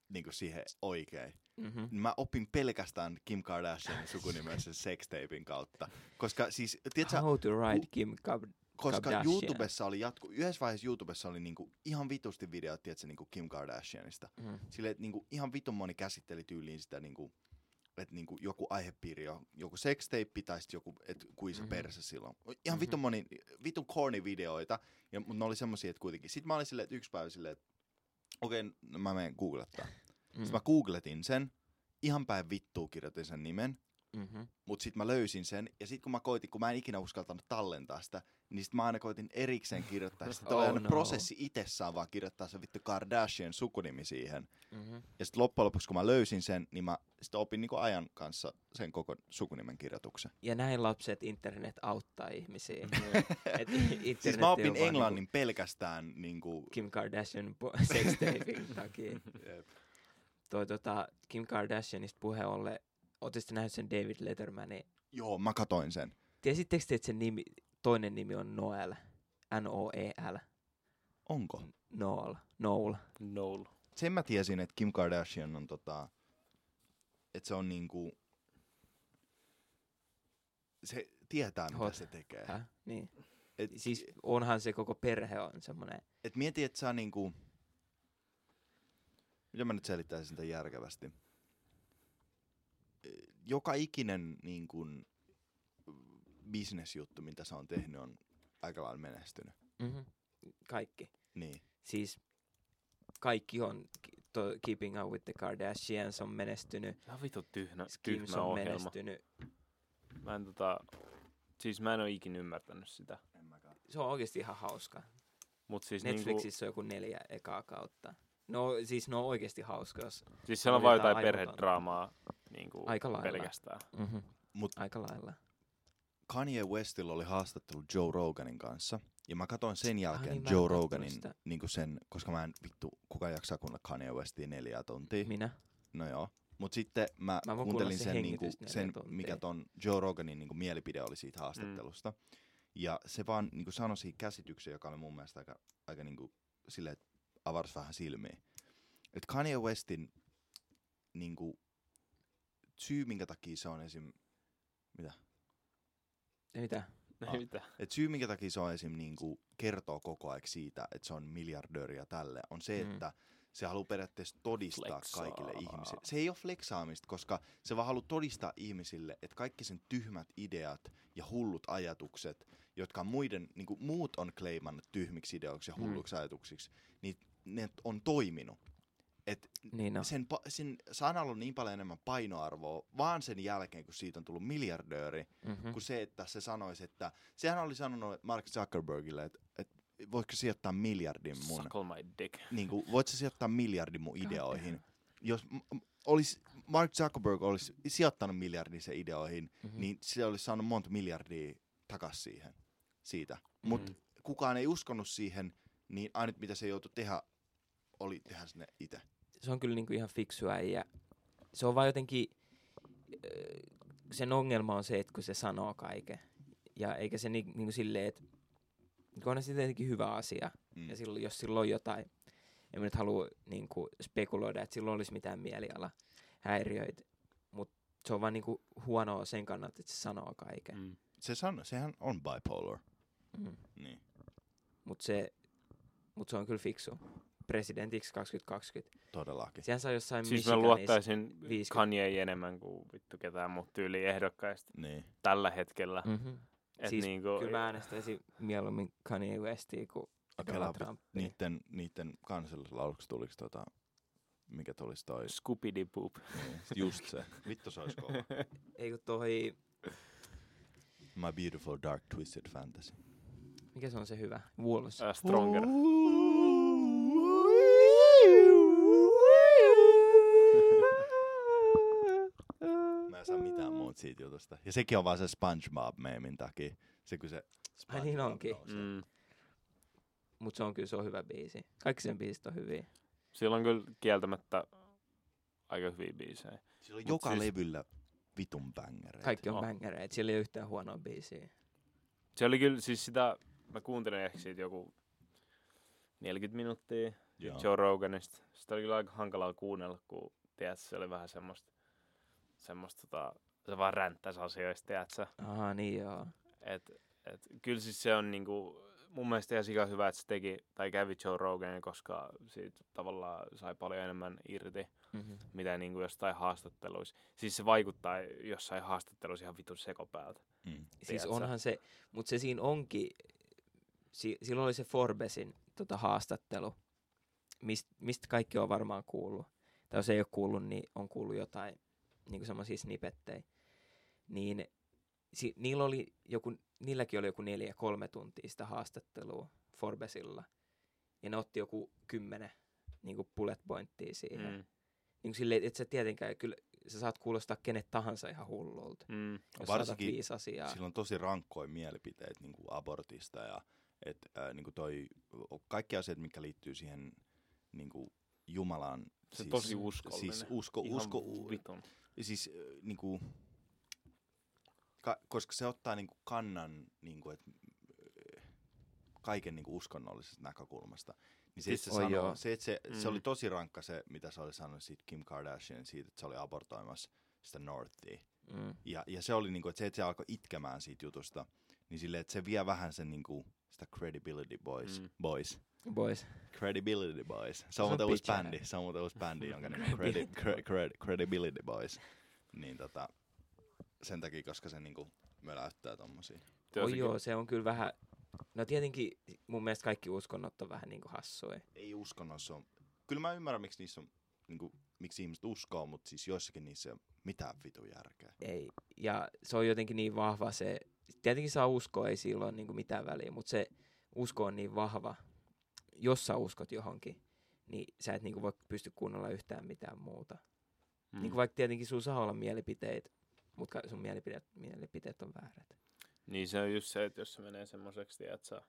Speaker 3: niin siihen oikein.
Speaker 1: Mhm.
Speaker 3: Mä opin pelkästään Kim Kardashianin sukunimen sen sexteipin kautta. Koska siis, tiedätkö,
Speaker 1: How to ride
Speaker 3: ku-
Speaker 1: Kim Kab-
Speaker 3: koska
Speaker 1: Kardashian.
Speaker 3: YouTubessa oli jatku, yhdessä vaiheessa YouTubessa oli niinku ihan vitusti videot, tiedätkö, niinku Kim Kardashianista.
Speaker 1: mm.
Speaker 3: Silleen, että niinku ihan vitun moni käsitteli tyyliin sitä, niinku, että niinku joku aihepiiri on joku sextape tai sitten joku, että kuisa
Speaker 1: Mhm.
Speaker 3: mm-hmm. perse silloin. Ihan
Speaker 1: Mhm.
Speaker 3: vitun moni, vitun corny videoita, ja, mutta ne oli semmosia, että kuitenkin. Sitten mä olin silleen, että yksi päivä silleen, että okei, okay, mä menen googlettaa. Mm.
Speaker 1: Mm.
Speaker 3: Sitten mä googletin sen, ihan päin vittuun kirjoitin sen nimen,
Speaker 1: Mhm.
Speaker 3: mut sit mä löysin sen, ja sit kun mä koitin, kun mä en ikinä uskaltanut tallentaa sitä, niin sit mä aina koitin erikseen kirjoittaa, ja sit
Speaker 1: Oh
Speaker 3: oli aina
Speaker 1: no.
Speaker 3: prosessi itsessään vaan kirjoittaa se vittu Kardashian sukunimi siihen.
Speaker 1: Mhm.
Speaker 3: Ja sitten loppujen lopuksi, kun mä löysin sen, niin mä sitten opin niinku ajan kanssa sen koko sukunimen kirjoituksen. Siis
Speaker 1: Ja näin lapset internet auttaa ihmisiä. Et
Speaker 3: Siis
Speaker 1: internet
Speaker 3: mä
Speaker 1: ei
Speaker 3: opin
Speaker 1: ole vaan
Speaker 3: englannin
Speaker 1: niinku
Speaker 3: niinku... pelkästään niinku...
Speaker 1: Kim Kardashian po- sextaping takia. Toi tota, Kim Kardashianista puhe olle, ootteko te nähnyt sen David Lettermanin?
Speaker 3: Joo, mä katoin sen.
Speaker 1: Tiesittekö te, että sen nimi, toinen nimi on Noel? N-O-E-L.
Speaker 3: Onko?
Speaker 1: Noel. Noel.
Speaker 2: Noel.
Speaker 3: Sen mä tiesin, että Kim Kardashian on tota... Että se on niinku... Se tietää, mitä
Speaker 1: Hot.
Speaker 3: se tekee.
Speaker 2: Äh.
Speaker 1: Häh? Niin.
Speaker 3: Et,
Speaker 1: Siis onhan se koko perhe on semmoinen.
Speaker 3: et mieti, että sä niinku... Miten mä nyt selittäisin sitä järkevästi? Ö, Joka ikinen niin kun, bisnesjuttu, mitä sä on tehnyt, on aika lailla menestynyt.
Speaker 1: Mm-hmm. Kaikki.
Speaker 3: Niin.
Speaker 1: Siis kaikki on ki- to, Keeping Up With The Kardashians on menestynyt.
Speaker 2: Ihan vitu tyhmä,
Speaker 1: Kims
Speaker 2: tyhmä
Speaker 1: on
Speaker 2: ohjelma.
Speaker 1: menestynyt.
Speaker 2: Mä en tota, siis mä en oo ikinä ymmärtänyt sitä.
Speaker 1: Se on oikeasti ihan hauska.
Speaker 2: Mut siis niinku,
Speaker 1: Netflixissä on joku neljä ekaa kautta. No siis ne on oikeasti hauska, jos...
Speaker 2: Siis siellä on
Speaker 1: Oli
Speaker 2: vaan
Speaker 1: jotain
Speaker 2: jotain
Speaker 1: aivotonta.
Speaker 2: perhedraamaa niin kuin
Speaker 1: Aika lailla.
Speaker 2: pelkästään.
Speaker 1: Mm-hmm.
Speaker 3: Mut-
Speaker 1: Aika lailla.
Speaker 3: Kanye Westillä oli haastattelu Joe Roganin kanssa. Ja mä katsoin sen jälkeen
Speaker 1: niin, mä en
Speaker 3: Joe
Speaker 1: oo kattonut
Speaker 3: Roganin,
Speaker 1: sitä.
Speaker 3: niin sen, koska mä en vittu, kuka jaksaa kuunnella Kanye Westia neljää tuntia.
Speaker 1: Minä.
Speaker 3: No joo. Mut sitten mä,
Speaker 1: Mä voin
Speaker 3: kuuntelin
Speaker 1: kuulla
Speaker 3: sen,
Speaker 1: sen
Speaker 3: niinku,
Speaker 1: hengitystä neljä
Speaker 3: sen
Speaker 1: tuntia.
Speaker 3: mikä ton Joe Roganin niinku, mielipide oli siitä haastattelusta. Mm. Ja se vaan niinku, sanoi siihen käsitykseen, joka oli mun mielestä aika, aika niinku, silleen, että avars vähän silmiä. Et Kanye Westin niinku, syy, minkä takia se on esim... Mitä?
Speaker 1: Ei Mitä?
Speaker 3: Ah.
Speaker 2: Ei mitään.
Speaker 3: Et syy, minkä takia se on esim. Niinku, kertoo koko ajan siitä, että se on miljardööri ja tälle, on se,
Speaker 1: Mm.
Speaker 3: mm. että se haluaa periaatteessa todistaa
Speaker 2: Flexaa.
Speaker 3: Flexaa. kaikille ihmisille. Se ei ole fleksaamista, koska se vaan haluaa todistaa ihmisille, että kaikki sen tyhmät ideat ja hullut ajatukset, jotka on muiden, niin kuin muut on kleimannut tyhmiksi ideoiksi ja
Speaker 1: Mm.
Speaker 3: hulluiksi ajatuksiksi, niin ne on toiminut. että
Speaker 1: Niin no.
Speaker 3: no. sen, pa- sen sanalla on niin paljon enemmän painoarvoa, vaan sen jälkeen, kun siitä on tullut miljardööri,
Speaker 1: Mm-hmm.
Speaker 3: kuin se, että se sanoisi, että sehän oli sanonut Mark Zuckerbergille, että, että voitko sijoittaa miljardin mun,
Speaker 2: Suckle my dick.
Speaker 3: niin kuin, voit sä sijoittaa miljardin mun ideoihin. Jos m- m- olisi, Mark Zuckerberg olisi sijoittanut miljardin sen ideoihin,
Speaker 1: Mhm.
Speaker 3: mm-hmm. niin se olisi saanut monta miljardia takaisin siihen, siitä. Mutta
Speaker 1: Mhm.
Speaker 3: kukaan ei uskonut siihen, niin ainut mitä se joutui tehdä, oli tehdä sinne itse.
Speaker 1: Se on kyllä niinku ihan fiksua ja se on vaan jotenkin, ö, sen ongelma on se, että kun se sanoo kaiken. Ja eikä se ni, niinku silleen, että niinku onhan se tietenkin hyvä asia.
Speaker 3: Mm.
Speaker 1: Ja silloin, jos silloin on jotain, en mä nyt halua niin kuin, spekuloida, että silloin olisi mitään mielialahäiriöitä, mutta se on vaan niin kuin, huonoa sen kannalta, että se sanoo kaiken.
Speaker 2: Mm.
Speaker 3: Se san, sehän on bipolar.
Speaker 1: Mm.
Speaker 3: Niin.
Speaker 1: Mutta se, mut se on kyllä fiksu. Presidentiksi 2020.
Speaker 3: Todellakin.
Speaker 1: Sehän saa jossain
Speaker 2: Siis mä
Speaker 1: Michiganissa-
Speaker 2: luottaisin
Speaker 1: 50.
Speaker 2: Kanye enemmän kuin vittu ketään muut tyyli ehdokkaista
Speaker 3: Niin.
Speaker 2: tällä hetkellä. Mm.
Speaker 1: Mhm.
Speaker 2: Et
Speaker 1: Siis
Speaker 2: niinku,
Speaker 1: Kyllä mä äänestäisin mieluummin Kanye Westia kuin Donald
Speaker 3: Okei,
Speaker 1: Trumpia.
Speaker 3: niiden, niiden kansallislauluksi tuliko tota, mikä tulisi toi? Niin,
Speaker 2: Scooby Boop.
Speaker 3: Just se. Vittu se olisi kova.
Speaker 1: Ei kun toi,
Speaker 3: My Beautiful Dark Twisted Fantasy.
Speaker 1: mikä se on se hyvä? Wolves.
Speaker 2: Uh, stronger.
Speaker 3: Mä en saa mitään muuta siitä jutusta. Ja sekin on vaan se SpongeBob-meemin takia. Se kun se
Speaker 1: Ai niin
Speaker 3: SpongeBob
Speaker 1: onkin.
Speaker 3: nousee.
Speaker 2: Mm.
Speaker 1: Mutta se on kyllä se on hyvä biisi. Kaikki sen biisit on hyviä.
Speaker 2: Sillä on kyllä kieltämättä aika hyviä biisejä.
Speaker 3: Sillä on
Speaker 2: Mut
Speaker 3: joka
Speaker 2: siis-
Speaker 3: levyllä vitun bängereitä.
Speaker 1: Kaikki on
Speaker 2: Oh.
Speaker 1: bängereitä, siellä ei ole yhtään huonoa biisiä.
Speaker 2: Se oli kyllä siis sitä, mä kuuntelin ehkä siitä joku 40 minuuttia
Speaker 3: Joo.
Speaker 2: Joe Roganista. Sitä oli kyllä aika hankalaa kuunnella, kun tiedät, se oli vähän semmoista, semmoista tota, se vaan ränttäisi asioista, tiedät, sä.
Speaker 1: Aha, niin joo.
Speaker 2: Et, et, kyllä siis se on niinku, mun mielestä ihan sika hyvä, että se teki tai kävi Joe Roganin, koska siitä tavallaan sai paljon enemmän irti,
Speaker 1: Mm-hmm.
Speaker 2: mitä niinku jostain haastatteluissa. Siis se vaikuttaa jossain haastatteluissa ihan vitun sekopäältä.
Speaker 3: Mm.
Speaker 1: Siis
Speaker 2: Tiedätkö?
Speaker 1: onhan se, mutta se siinä onkin, si, silloin oli se Forbesin tota, haastattelu, mist, mistä kaikki on varmaan kuullut. Tai jos ei ole kuullut, niin on kuullut jotain niin semmoisia snipettejä. Niin si, niillä oli joku, niilläkin oli joku neljä kolme tuntia sitä haastattelua Forbesilla. Ja ne otti joku kymmenen niin bullet pointtia siihen. Mm.
Speaker 2: Mm,
Speaker 1: Niin silleen, että sä tietenkään, kyllä sä saat kuulostaa kenet tahansa ihan hullulta.
Speaker 2: mm,
Speaker 1: Jos Varsinkin
Speaker 3: Varsinkin
Speaker 1: viisi asiaa.
Speaker 3: Sillä on tosi rankkoja mielipiteitä niin kuin abortista ja et, äh, niin kuin toi, kaikki asiat, mitkä liittyy siihen niin kuin Jumalaan.
Speaker 2: Se siis, tosi uskollinen.
Speaker 3: Siis usko,
Speaker 2: Ihan
Speaker 3: usko, u-
Speaker 2: vitun.
Speaker 3: siis äh, niin kuin, ka, koska se ottaa niin kuin kannan niin kuin, et, äh, kaiken niin kuin uskonnollisesta näkökulmasta. Niin se, että se,
Speaker 1: Oi joo.
Speaker 3: sanoo, se, että se, mm. se
Speaker 2: Mm.
Speaker 3: oli tosi rankka se, mitä se oli sanonut siitä Kim Kardashian, siitä, että se oli abortoimassa sitä Northia.
Speaker 1: Mm.
Speaker 3: Ja, ja se oli niinku, että se, että se alkoi itkemään siitä jutusta, niin silleen, että se vie vähän sen niinku, sitä credibility boys.
Speaker 2: Mm.
Speaker 3: Mm. boys.
Speaker 1: Boys.
Speaker 3: Credibility boys. Se
Speaker 1: on
Speaker 3: on muuten uusi
Speaker 1: pitchänä.
Speaker 3: bändi, se on muuten uusi bändi, jonka nimi on credi, cre, cre, Credibility Boys. Niin tota, sen takia, koska se niinku möläyttää tommosia.
Speaker 1: Oi joo, se on kyllä vähän... No tietenkin mun mielestä kaikki uskonnot on vähän niinku hassuja.
Speaker 3: Ei uskonnossa on. Kyllä mä ymmärrän, miksi niissä on, niinku, miksi ihmiset uskoo, mutta siis joissakin niissä ei ole mitään vitu järkeä.
Speaker 1: Ei. Ja se on jotenkin niin vahva se... Tietenkin saa uskoa, ei sillä ole niinku mitään väliä, mutta se usko on niin vahva. Jos sä uskot johonkin, niin sä et niinku voi pysty kuunnella yhtään mitään muuta. Mm. Niinku vaikka tietenkin sun saa olla mielipiteet, mutta sun mielipiteet, mielipiteet on väärät.
Speaker 2: Niin se on just se, että jos se menee semmoiseksi, että sä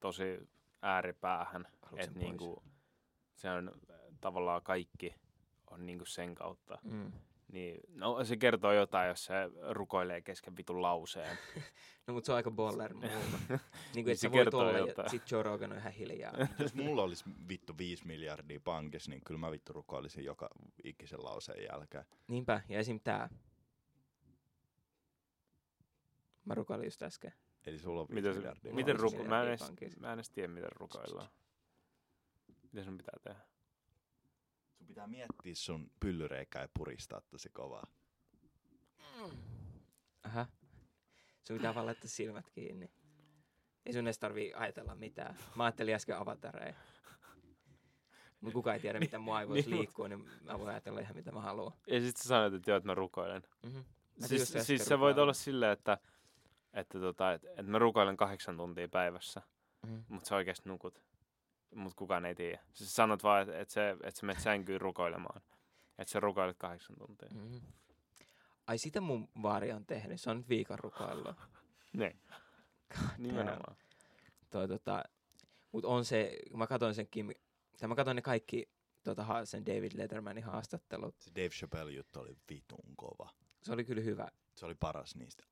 Speaker 2: tosi ääripäähän,
Speaker 1: Haluatko sen
Speaker 2: että
Speaker 1: pois?
Speaker 2: niinku, se on äh, tavallaan kaikki on niinku sen kautta.
Speaker 1: Mm.
Speaker 2: Niin, no se kertoo jotain, jos se rukoilee kesken vitun lauseen.
Speaker 1: No mutta se on aika boller muuta. niin kuin,
Speaker 2: Niin
Speaker 1: että
Speaker 2: se
Speaker 1: sä voit
Speaker 2: kertoo
Speaker 1: olla ja
Speaker 2: jotain.
Speaker 1: sit Joe Rogan on ihan hiljaa.
Speaker 3: Jos mulla olisi vittu 5 miljardia pankissa, niin kyllä mä vittu rukoilisin joka ikisen lauseen jälkeen.
Speaker 1: Niinpä, ja esim. tää. Mä rukoilin just äsken.
Speaker 3: Eli sulla on viisi
Speaker 2: miten,
Speaker 3: miljardia.
Speaker 2: miten
Speaker 1: Mulla on
Speaker 2: ruko...
Speaker 1: siis
Speaker 2: Mä en,
Speaker 1: miljardia
Speaker 2: edes,
Speaker 1: pankissa.
Speaker 2: mä en edes tiedä, miten rukoillaan. Mitä sun pitää tehdä?
Speaker 3: Sun pitää miettiä sun pyllyreikää ja puristaa tosi kovaa.
Speaker 1: Aha. Sun pitää vaan laittaa silmät kiinni. Ei sun edes tarvii ajatella mitään. Mä ajattelin äsken avatareja. Mutta kukaan ei tiedä, miten mun aivoissa
Speaker 2: Niin, mut-
Speaker 1: liikkuu, niin mä voin ajatella ihan mitä mä haluan.
Speaker 2: Ja sit sä sanoit, että joo, että mä rukoilen.
Speaker 1: Mm-hmm. Mä
Speaker 2: Siis,
Speaker 1: tykkään
Speaker 2: siis
Speaker 1: sitä
Speaker 2: sä voit
Speaker 1: rukoilla.
Speaker 2: olla silleen, että, että, tota, että, että mä rukoilen kahdeksan tuntia päivässä,
Speaker 1: Mm-hmm.
Speaker 2: mutta sä oikeasti nukut. Mutta kukaan ei tiedä. Siis sä sanot vaan, että, että, sä, että sä menet sänkyyn rukoilemaan. Että sä rukoilet kahdeksan tuntia.
Speaker 1: Mm-hmm. Ai sitä mun vaari on tehnyt, se on nyt viikon rukoillut.
Speaker 2: Niin, nimenomaan.
Speaker 1: Toi, tota, mut on se, kun mä katsoin sen Kim, tai mä katsoin ne kaikki tota, ha- sen David Lettermanin haastattelut.
Speaker 3: Se Dave Chappelle-juttu oli vitun kova.
Speaker 1: Se oli kyllä hyvä.
Speaker 3: Se oli paras niistä.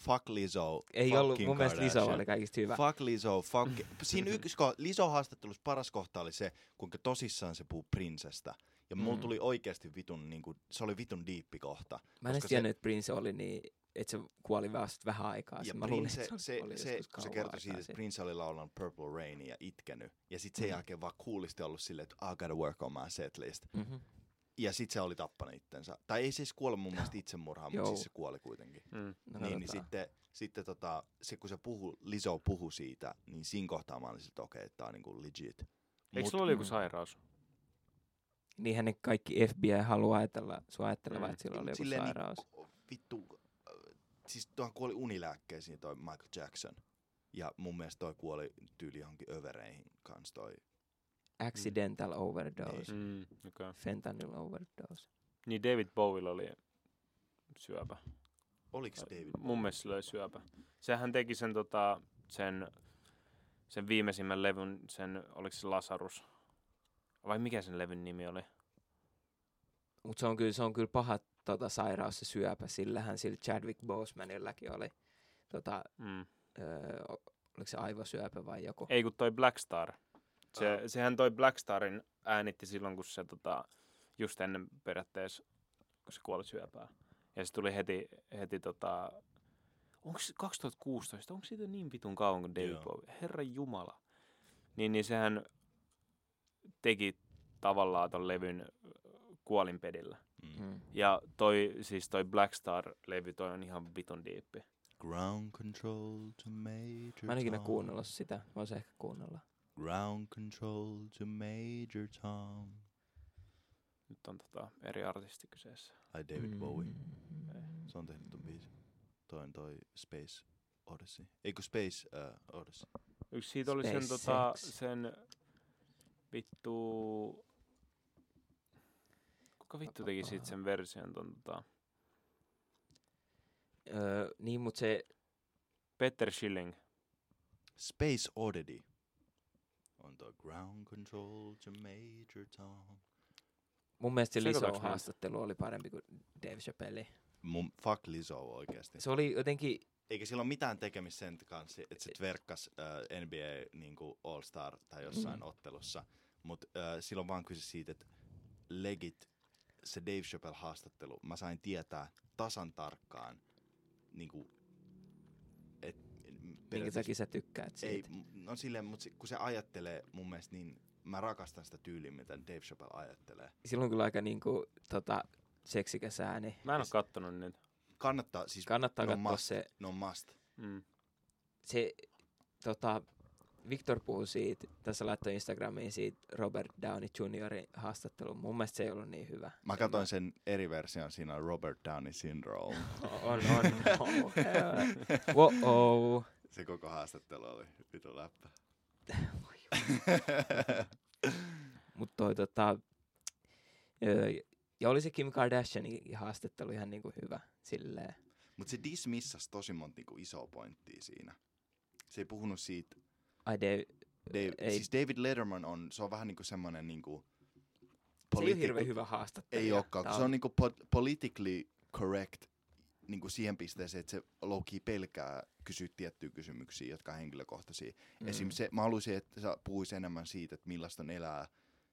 Speaker 3: Fuck Lizzo.
Speaker 1: Ei
Speaker 3: fucking
Speaker 1: ollut, mun mielestä Liso
Speaker 3: Kardashian.
Speaker 1: oli kaikista hyvä.
Speaker 3: Fuck Lizzo, fuck... Siinä yksi ko- Lizzo haastattelussa paras kohta oli se, kuinka tosissaan se puhuu prinsestä. Ja mulla
Speaker 1: Mm.
Speaker 3: tuli oikeasti vitun, niin kuin, se oli vitun diippi kohta.
Speaker 1: Mä en edes
Speaker 3: koska se-
Speaker 1: tiennyt, että Prince oli niin, että se kuoli vasta vähän aikaa.
Speaker 3: Ja
Speaker 1: sitten. Mä luulin,
Speaker 3: Prince,
Speaker 1: että
Speaker 3: se,
Speaker 1: oli
Speaker 3: se,
Speaker 1: joskus
Speaker 3: kun se
Speaker 1: kauan
Speaker 3: kertoi siitä,
Speaker 1: aikaa
Speaker 3: että
Speaker 1: sitten.
Speaker 3: Prince oli laulanut Purple Rain ja itkenyt. Ja sit sen
Speaker 1: Mm.
Speaker 3: jälkeen vaan kuulisti ollut silleen, että I gotta work on my setlist.
Speaker 1: Mhm.
Speaker 3: Ja sit se oli tappanut itsensä. Tai ei siis kuole mun mielestä itsemurhaan, mutta
Speaker 1: Joo.
Speaker 3: siis se kuoli kuitenkin.
Speaker 2: Mm.
Speaker 1: No,
Speaker 3: niin, niin
Speaker 1: katsotaan.
Speaker 3: sitten, sitten tota, se, kun se puhu, Liso puhu siitä, niin siinä kohtaa mä olin siltä, että okei, okay, tää on niinku legit.
Speaker 2: Eikö
Speaker 3: Mut-
Speaker 2: sulla oli joku
Speaker 1: Mm.
Speaker 2: sairaus?
Speaker 1: Niinhän ne kaikki FBI haluaa ajatella, sua ajattelevat,
Speaker 2: Mm.
Speaker 1: että sillä
Speaker 3: Ei,
Speaker 1: oli
Speaker 3: mut
Speaker 1: joku
Speaker 3: silleen
Speaker 1: sairaus.
Speaker 3: Niin, vittu, äh, siis tuohan kuoli unilääkkeisiin toi Michael Jackson. Ja mun mielestä toi kuoli tyyli johonkin övereihin kans toi. Mm.
Speaker 1: Accidental
Speaker 3: Niin.
Speaker 1: overdose.
Speaker 2: Mm, okay.
Speaker 1: Fentanyl overdose.
Speaker 2: Niin David Bowiella oli syöpä.
Speaker 3: Oliks David?
Speaker 2: Mun mielestä sillä oli syöpä. Sehän teki sen, tota, sen, sen viimeisimmän levyn, sen, oliko se Lasarus? Vai mikä sen levyn nimi oli?
Speaker 1: Mutta se on kyllä, se on kyllä paha tota, sairaus se syöpä. Sillähän sillä Chadwick Bosemanillakin oli, tota,
Speaker 2: Mm.
Speaker 1: öö, oliko se aivosyöpä vai joku.
Speaker 2: Ei kun toi Black Star. Se, Sehän toi Black Starin äänitti silloin, kun se tota, just ennen periaatteessa, kun se kuoli syöpää. Ja se tuli heti, heti tota, onko 2016, onko siitä niin vitun kauan kuin David
Speaker 3: Joo.
Speaker 2: Bowie? Herra Jumala. Niin, niin sehän teki tavallaan ton levyn äh, kuolinpedillä.
Speaker 3: Mm.
Speaker 1: Mm.
Speaker 2: Ja toi, siis toi Black Star-levy, toi on ihan vitun diippi.
Speaker 3: Ground control to Major
Speaker 1: Mä en ikinä
Speaker 3: Tom.
Speaker 1: kuunnellut sitä. Mä oon ehkä kuunnella.
Speaker 3: Ground control to Major Tom.
Speaker 2: Nyt on tota, eri artisti kyseessä.
Speaker 3: Ai David mm. Bowie.
Speaker 1: Mm.
Speaker 3: Se on tehnyt ton biisin. Toi on toi Space Odyssey. Eikö Space uh, Odyssey?
Speaker 2: Yksi siitä oli sen,
Speaker 1: SpaceX.
Speaker 2: tota, sen vittu... Kuka vittu teki siitä sen version? Ton, tota,
Speaker 1: Öö, niin, mutta se,
Speaker 2: Peter Schilling.
Speaker 3: Space Oddity. On toi Ground control to Major Tom.
Speaker 1: mun mielestä se
Speaker 2: Sekoitaks
Speaker 1: Lison
Speaker 2: mä nyt?
Speaker 1: haastattelu oli parempi kuin Dave Chappelle.
Speaker 3: Mun fuck Lizzo oikeesti.
Speaker 1: Se oli jotenkin,
Speaker 3: Eikä sillä ole mitään tekemistä sen kanssa, että se verkkas äh, NBA niin All-Star tai jossain
Speaker 1: Mm.
Speaker 3: mm. ottelussa. Mutta äh, silloin vaan kyse siitä, että legit se Dave Chappelle haastattelu, mä sain tietää tasan tarkkaan, niin kuin, et,
Speaker 1: minkä takia sä tykkäät
Speaker 3: ei,
Speaker 1: siitä.
Speaker 3: m- no silleen, mutta kun se ajattelee mun mielestä niin, mä rakastan sitä tyyliä, mitä Dave Chappelle ajattelee.
Speaker 1: Silloin kyllä aika niinku, tota, seksikäs ääni.
Speaker 2: Mä en oo kattonut niitä.
Speaker 3: Kannattaa, siis
Speaker 1: Kannattaa
Speaker 3: no
Speaker 1: katsoa
Speaker 3: must.
Speaker 1: se.
Speaker 3: no must.
Speaker 2: Mm.
Speaker 1: se tota, Victor puhui siitä, tässä laittoi Instagramiin siitä Robert Downey Jr. haastattelun. Mun mielestä se ei ollut niin hyvä.
Speaker 3: Mä katsoin sen eri version, siinä on Robert Downey Syndrome.
Speaker 1: On, No, on. on. Wow.
Speaker 3: Se koko haastattelu oli vitu läppä.
Speaker 1: Mutta toi tota, öö, ja oli se Kim Kardashianin haastattelu ihan niinku hyvä silleen.
Speaker 3: Mutta se dismissasi tosi monta niinku isoa pointtia siinä. Se ei puhunut siitä.
Speaker 1: Ai Dave,
Speaker 3: Dave,
Speaker 1: Ei.
Speaker 3: ei. Siis David Letterman on, se on vähän niinku semmonen niinku...
Speaker 1: se ei
Speaker 3: poliitikko-
Speaker 1: ole hirveän hyvä haastattelija.
Speaker 3: Ei olekaan, kun
Speaker 1: Tää
Speaker 3: se on niinku po- politically correct niinku siihen pisteeseen, että se louki pelkää kysyä tiettyjä kysymyksiä, jotka on henkilökohtaisia. Mm. Esim. se, mä haluaisin, että sä puhuis enemmän siitä, että millaista on elää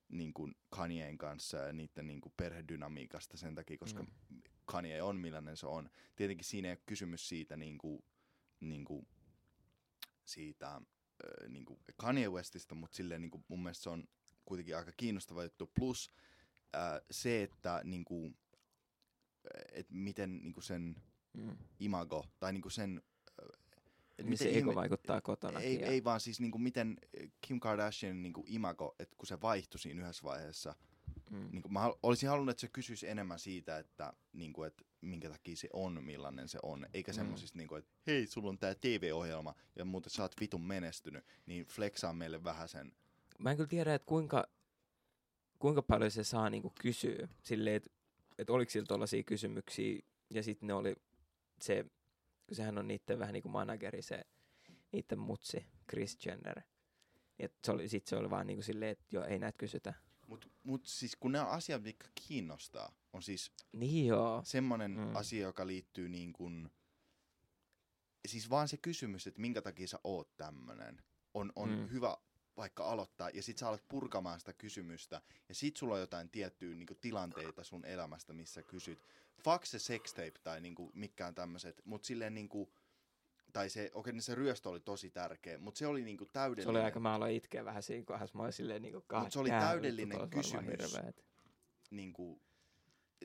Speaker 3: niin kuin Kanyein kanssa ja niiden niin kuin perhedynamiikasta sen takia, koska mm. Kanye on millainen se on. Tietenkin siinä ei ole kysymys siitä, niin kuin, niin kuin, siitä ö, niin kuin Kanye Westistä, mutta silleen niin kuin, mun mielestä se on kuitenkin aika kiinnostava juttu. Plus ää, se, että niin kuin, et miten niin kuin sen
Speaker 1: Mm.
Speaker 3: imago tai niin kuin sen ö,
Speaker 1: Miten se ego
Speaker 3: ihme-
Speaker 1: vaikuttaa kotona.
Speaker 3: Ei, ei vaan siis niinku miten eh, Kim Kardashianin niinku imago, että kun se vaihtui siinä yhdessä vaiheessa,
Speaker 1: Mm.
Speaker 3: niinku mä hal- olisin halunnut, että se kysyisi enemmän siitä, että niinku, et minkä takia se on, millainen se on, eikä
Speaker 1: Mm.
Speaker 3: mm. semmoisista, niinku, että hei, sulla on tää TV-ohjelma ja muuten sä oot vitun menestynyt, niin flexaa meille vähän sen.
Speaker 1: Mä en kyllä tiedä, että kuinka, kuinka paljon se saa niinku kysyä. Silleen, että et oliko sillä tuollaisia kysymyksiä. Ja sitten ne oli se, kun sehän on niiden vähän niinku manageri, se niiden mutsi, Chris Jenner. Ja se oli, sit se oli vaan niinku silleen, että joo, ei näitä kysytä.
Speaker 3: Mut, mut siis kun nämä on asiat, mitkä kiinnostaa, on siis
Speaker 1: Niin joo.
Speaker 3: semmoinen
Speaker 1: Mm.
Speaker 3: mm. asia, joka liittyy niin kuin, siis vaan se kysymys, että minkä takia sä oot tämmönen, on, on
Speaker 1: Mm.
Speaker 3: mm. hyvä vaikka aloittaa, ja sit sä alat purkamaan sitä kysymystä, ja sit sulla on jotain tiettyä niin tilanteita sun elämästä, missä kysyt. Faks se sextape tai niin kuin, mikään tämmöiset, mut silleen niin kuin, tai se, okei, okay, se ryöstö oli tosi tärkeä, mutta se oli niin kuin täydellinen.
Speaker 1: Se oli aika, mä aloin itkeä vähän siinä kohdassa. Mä olin silleen niinku
Speaker 3: Mut se oli
Speaker 1: "Tää
Speaker 3: täydellinen
Speaker 1: vittu, toi on varmaan
Speaker 3: kysymys.
Speaker 1: hirveet."
Speaker 3: niin kuin,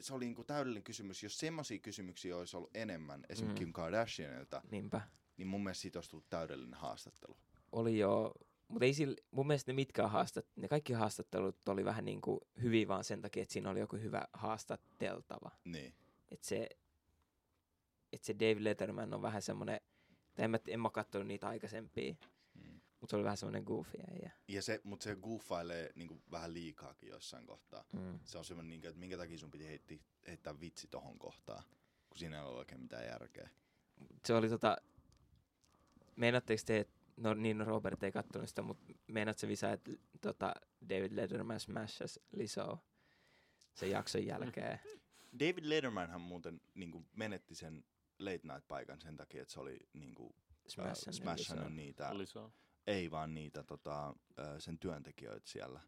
Speaker 3: se oli niin kuin täydellinen kysymys. Jos semmoisia kysymyksiä olisi ollut enemmän,
Speaker 1: Mm.
Speaker 3: esimerkiksi mm. Kim Kardashianilta,
Speaker 1: Niinpä.
Speaker 3: niin mun mielestä siitä olisi tullut täydellinen haastattelu.
Speaker 1: oli jo, mutta ei sillä, mun mielestä ne mitkään haastat, ne kaikki haastattelut oli vähän niin kuin hyviä vaan sen takia, että siinä oli joku hyvä haastatteltava.
Speaker 3: Niin.
Speaker 1: Että se, et se Dave Letterman on vähän semmoinen, tai en mä, en mä katsonut niitä aikaisempia,
Speaker 3: Mm.
Speaker 1: mutta se oli vähän semmoinen goofy äijä.
Speaker 3: Ja se, mutta se goofailee niin kuin vähän liikaakin jossain kohtaa.
Speaker 1: Mm.
Speaker 3: Se on semmoinen, niin kuin, että minkä takia sun piti heitti, heittää vitsi tohon kohtaan, kun siinä ei ole oikein mitään järkeä.
Speaker 1: Se oli tota, meinaatteko te, et- no niin no Robert ei kattonut sitä, mutta meinaat se visa, että tota, David Letterman smashas Lisoa sen jakson jälkeen.
Speaker 3: David Lettermanhan muuten niin kuin menetti sen late night paikan sen takia, että se oli niin kuin,
Speaker 1: Smashannut Lizzoa.
Speaker 3: smashannut niitä,
Speaker 2: Oli se on.
Speaker 3: ei vaan niitä tota, ö, sen työntekijöitä siellä.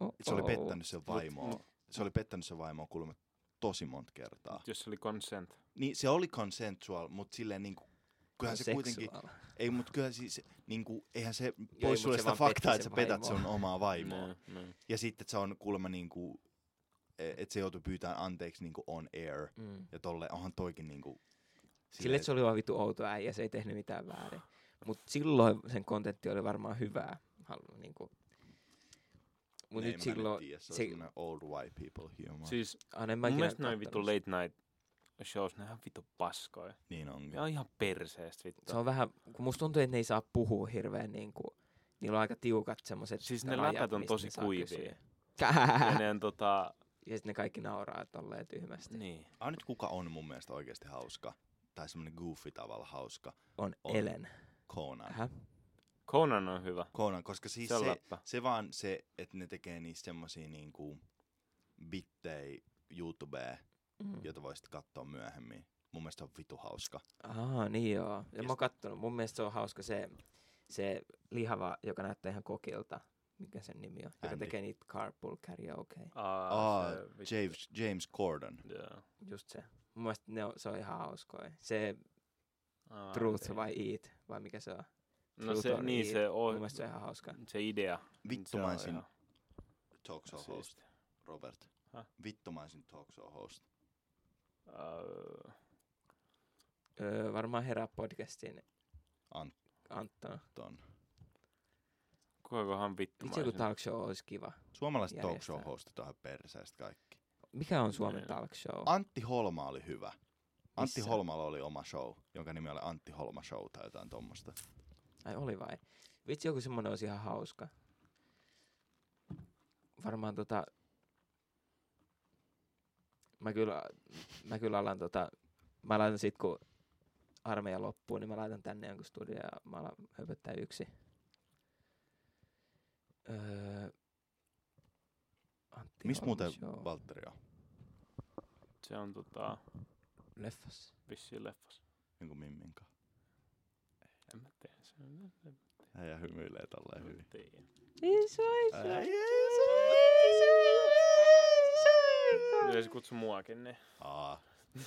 Speaker 1: Oh,
Speaker 3: Se oli pettänyt sen vaimoa. Se oli pettänyt sen vaimoa kuulemma tosi monta kertaa.
Speaker 2: Jos se oli consent.
Speaker 3: Niin se oli consensual, mutta silleen niinku, kyllähän se kuitenkin,
Speaker 1: Seksuaali.
Speaker 3: ei mut kyllä siis, niinku, eihän se
Speaker 1: ei, mut
Speaker 3: pois sulle
Speaker 1: se
Speaker 3: sitä
Speaker 1: vaan petti
Speaker 3: faktaa, että
Speaker 1: sen
Speaker 3: sä petät
Speaker 1: vaimoa.
Speaker 3: sun omaa vaimoa.
Speaker 2: Mm, mm.
Speaker 3: Ja sitten että se on kuulemma niinku, että se joutui pyytämään anteeksi niinku on air.
Speaker 1: Mm.
Speaker 3: Ja tolle onhan toikin niinku,
Speaker 1: Sille, että se oli vaan vitu outo äijä, se ei tehnyt mitään väärin. Mutta silloin sen kontentti oli varmaan hyvää. Halu, niin kuin. Mut
Speaker 3: Ei,
Speaker 1: nyt
Speaker 3: mä en
Speaker 1: silloin, Ah,
Speaker 3: tiedä, se on
Speaker 1: se-
Speaker 3: semmonen old white people humor.
Speaker 2: Siis
Speaker 1: aina en mä
Speaker 2: mun
Speaker 1: ikinä
Speaker 2: mielestä noin vittu
Speaker 1: kattonut
Speaker 2: late night shows, ne on vittu paskoja.
Speaker 3: niin onkin.
Speaker 2: Ne on ihan perseestä vittu.
Speaker 1: sitä. Se on vähän, kun musta tuntuu, että ne ei saa puhua hirveän niin kuin, niillä on aika tiukat semmoset
Speaker 2: Siis ne
Speaker 1: rajat,
Speaker 2: läpät on
Speaker 1: mistä
Speaker 2: tosi
Speaker 1: ne saa
Speaker 2: kuivia.
Speaker 1: kysyä.
Speaker 2: Ja ne on tota,
Speaker 1: ja sitten ne kaikki nauraa tolleen tyhmästi.
Speaker 2: niin.
Speaker 3: Ainut kuka on mun mielestä oikeasti hauska, tai semmonen goofy tavalla hauska,
Speaker 1: On,
Speaker 3: On. Ah.
Speaker 1: Ellen.
Speaker 3: Conan.
Speaker 1: Häh?
Speaker 2: Conan on hyvä.
Speaker 3: Conan, koska siis
Speaker 2: Se on
Speaker 3: se,
Speaker 2: läppä.
Speaker 3: se vaan se, että ne tekee niistä semmosia niinku bittei YouTubea,
Speaker 1: Mm.
Speaker 3: jota voisit katsoa myöhemmin. Mun mielestä se on vitu hauska.
Speaker 1: Aha, niin joo. Ja mä oon
Speaker 3: Just-
Speaker 1: kattonut. Mun mielestä se on hauska se, se lihava, joka näyttää ihan kokilta. Mikä sen nimi on? Joka
Speaker 3: Andy.
Speaker 1: tekee niitä carpool karaoke.
Speaker 2: Aa,
Speaker 3: Aa,
Speaker 2: se vittu-
Speaker 3: James, James Corden.
Speaker 2: Joo.
Speaker 1: Just se. Mun mielestä ne on, se on ihan hauskoja. Se
Speaker 2: Aa,
Speaker 1: Truth
Speaker 2: okei.
Speaker 1: vai Eat, vai mikä se on?
Speaker 2: No
Speaker 1: Truth
Speaker 2: se,
Speaker 1: or Eat.
Speaker 2: niin se
Speaker 1: Tuota, Mun
Speaker 2: on,
Speaker 1: mielestä se on ihan hauska.
Speaker 2: se idea.
Speaker 3: Vittumaisin
Speaker 2: Se on
Speaker 3: talk show
Speaker 1: Siis-
Speaker 2: ihan
Speaker 3: host,
Speaker 2: siisti.
Speaker 3: Robert.
Speaker 2: Häh?
Speaker 3: Vittumaisin talk show host.
Speaker 2: Öö,
Speaker 1: Öö, varmaan herää podcastin
Speaker 3: Ant-
Speaker 1: Antto.
Speaker 3: Ton.
Speaker 2: Kukakohan
Speaker 1: Itse joku
Speaker 2: vittumaisin?
Speaker 1: talk show olisi kiva.
Speaker 3: Suomalaiset talk
Speaker 1: Järjestää.
Speaker 3: show hostit on perseistä kaikki.
Speaker 1: Mikä on Suomen
Speaker 2: Niin.
Speaker 1: talk show?
Speaker 3: Antti Holma oli hyvä. Antti
Speaker 1: Oh. Missä?
Speaker 3: Holmalla oli oma show, jonka nimi oli Antti Holma Show tai jotain tommosta.
Speaker 1: Ai oli vai? Vitsi joku semmonen olisi ihan hauska. Varmaan tota... Mä kyllä, mä kyllä alan tota... Mä laitan sit kun armeija loppuu, niin mä laitan tänne jonkun studio ja mä alan höpöttää yksi. Öö, Antti
Speaker 3: Missä
Speaker 1: Holman
Speaker 3: muuten
Speaker 1: show.
Speaker 3: Valtteri on?
Speaker 2: Se on tota,
Speaker 1: Leffas.
Speaker 2: vissiin leffas.
Speaker 3: Joku Mimmin kanssa.
Speaker 2: En mä tiedä. Se
Speaker 3: Äijä hymyilee tolleen hyvin.
Speaker 1: Iso,
Speaker 3: Ää,
Speaker 1: iso.
Speaker 2: Kyllä se kutsui muakin, niin.
Speaker 3: Aa,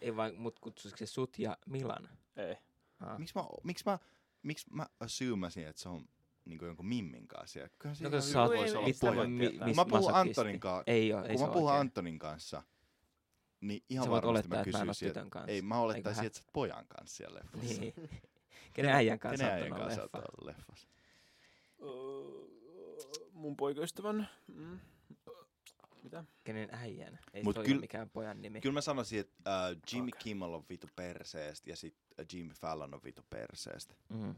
Speaker 1: Ei vaan, mut kutsuisiko se sut ja Milan?
Speaker 2: Ei.
Speaker 1: Ah.
Speaker 3: miksi mä, miksi mä, miksi mä assumasin, että se on niinku jonkun Mimmin kanssa siellä? Kyllähän se
Speaker 1: No,
Speaker 3: no,
Speaker 1: kun
Speaker 3: ihan
Speaker 1: sä
Speaker 3: hyvin
Speaker 1: oot-
Speaker 3: voisi
Speaker 2: ei,
Speaker 3: olla
Speaker 1: Mitä mä-
Speaker 2: ei, sitä voi
Speaker 3: pojan.
Speaker 1: mi-
Speaker 2: tietää.
Speaker 1: mis-
Speaker 3: Kun mä puhun
Speaker 1: masokisti.
Speaker 3: Antonin kanssa,
Speaker 1: Ei oo, ei
Speaker 3: kun
Speaker 1: se
Speaker 3: mä
Speaker 1: oo
Speaker 3: puhun
Speaker 1: oikein.
Speaker 3: Antonin kanssa, Niin ihan
Speaker 1: Sä voit
Speaker 3: varmasti
Speaker 1: olettaa,
Speaker 3: mä
Speaker 1: että mä en oo
Speaker 3: kysyisin,
Speaker 1: tytön kanssa.
Speaker 3: ei mä
Speaker 1: Eiköhän?
Speaker 3: olettaisin, että sä oot pojan kanssa siellä leffassa.
Speaker 1: Niin. Kenen äijän kanssa
Speaker 3: Kenen
Speaker 1: on
Speaker 3: äijän
Speaker 1: tuolla leffa?
Speaker 3: kanssa
Speaker 1: Niin.
Speaker 3: oot ollut leffassa?
Speaker 1: Äh,
Speaker 2: mun poikaystävän... Mm. Mitä?
Speaker 1: Kenen äijän? Ei
Speaker 3: Mut
Speaker 1: Mut toi
Speaker 3: kyl-
Speaker 1: ole mikään pojan nimi.
Speaker 3: Kyllä mä sanoisin, että äh, Jimmy
Speaker 2: Okei.
Speaker 3: Kimmel on vitu perseestä ja sit äh, Jimmy Fallon on vitu perseestä.
Speaker 1: Mm.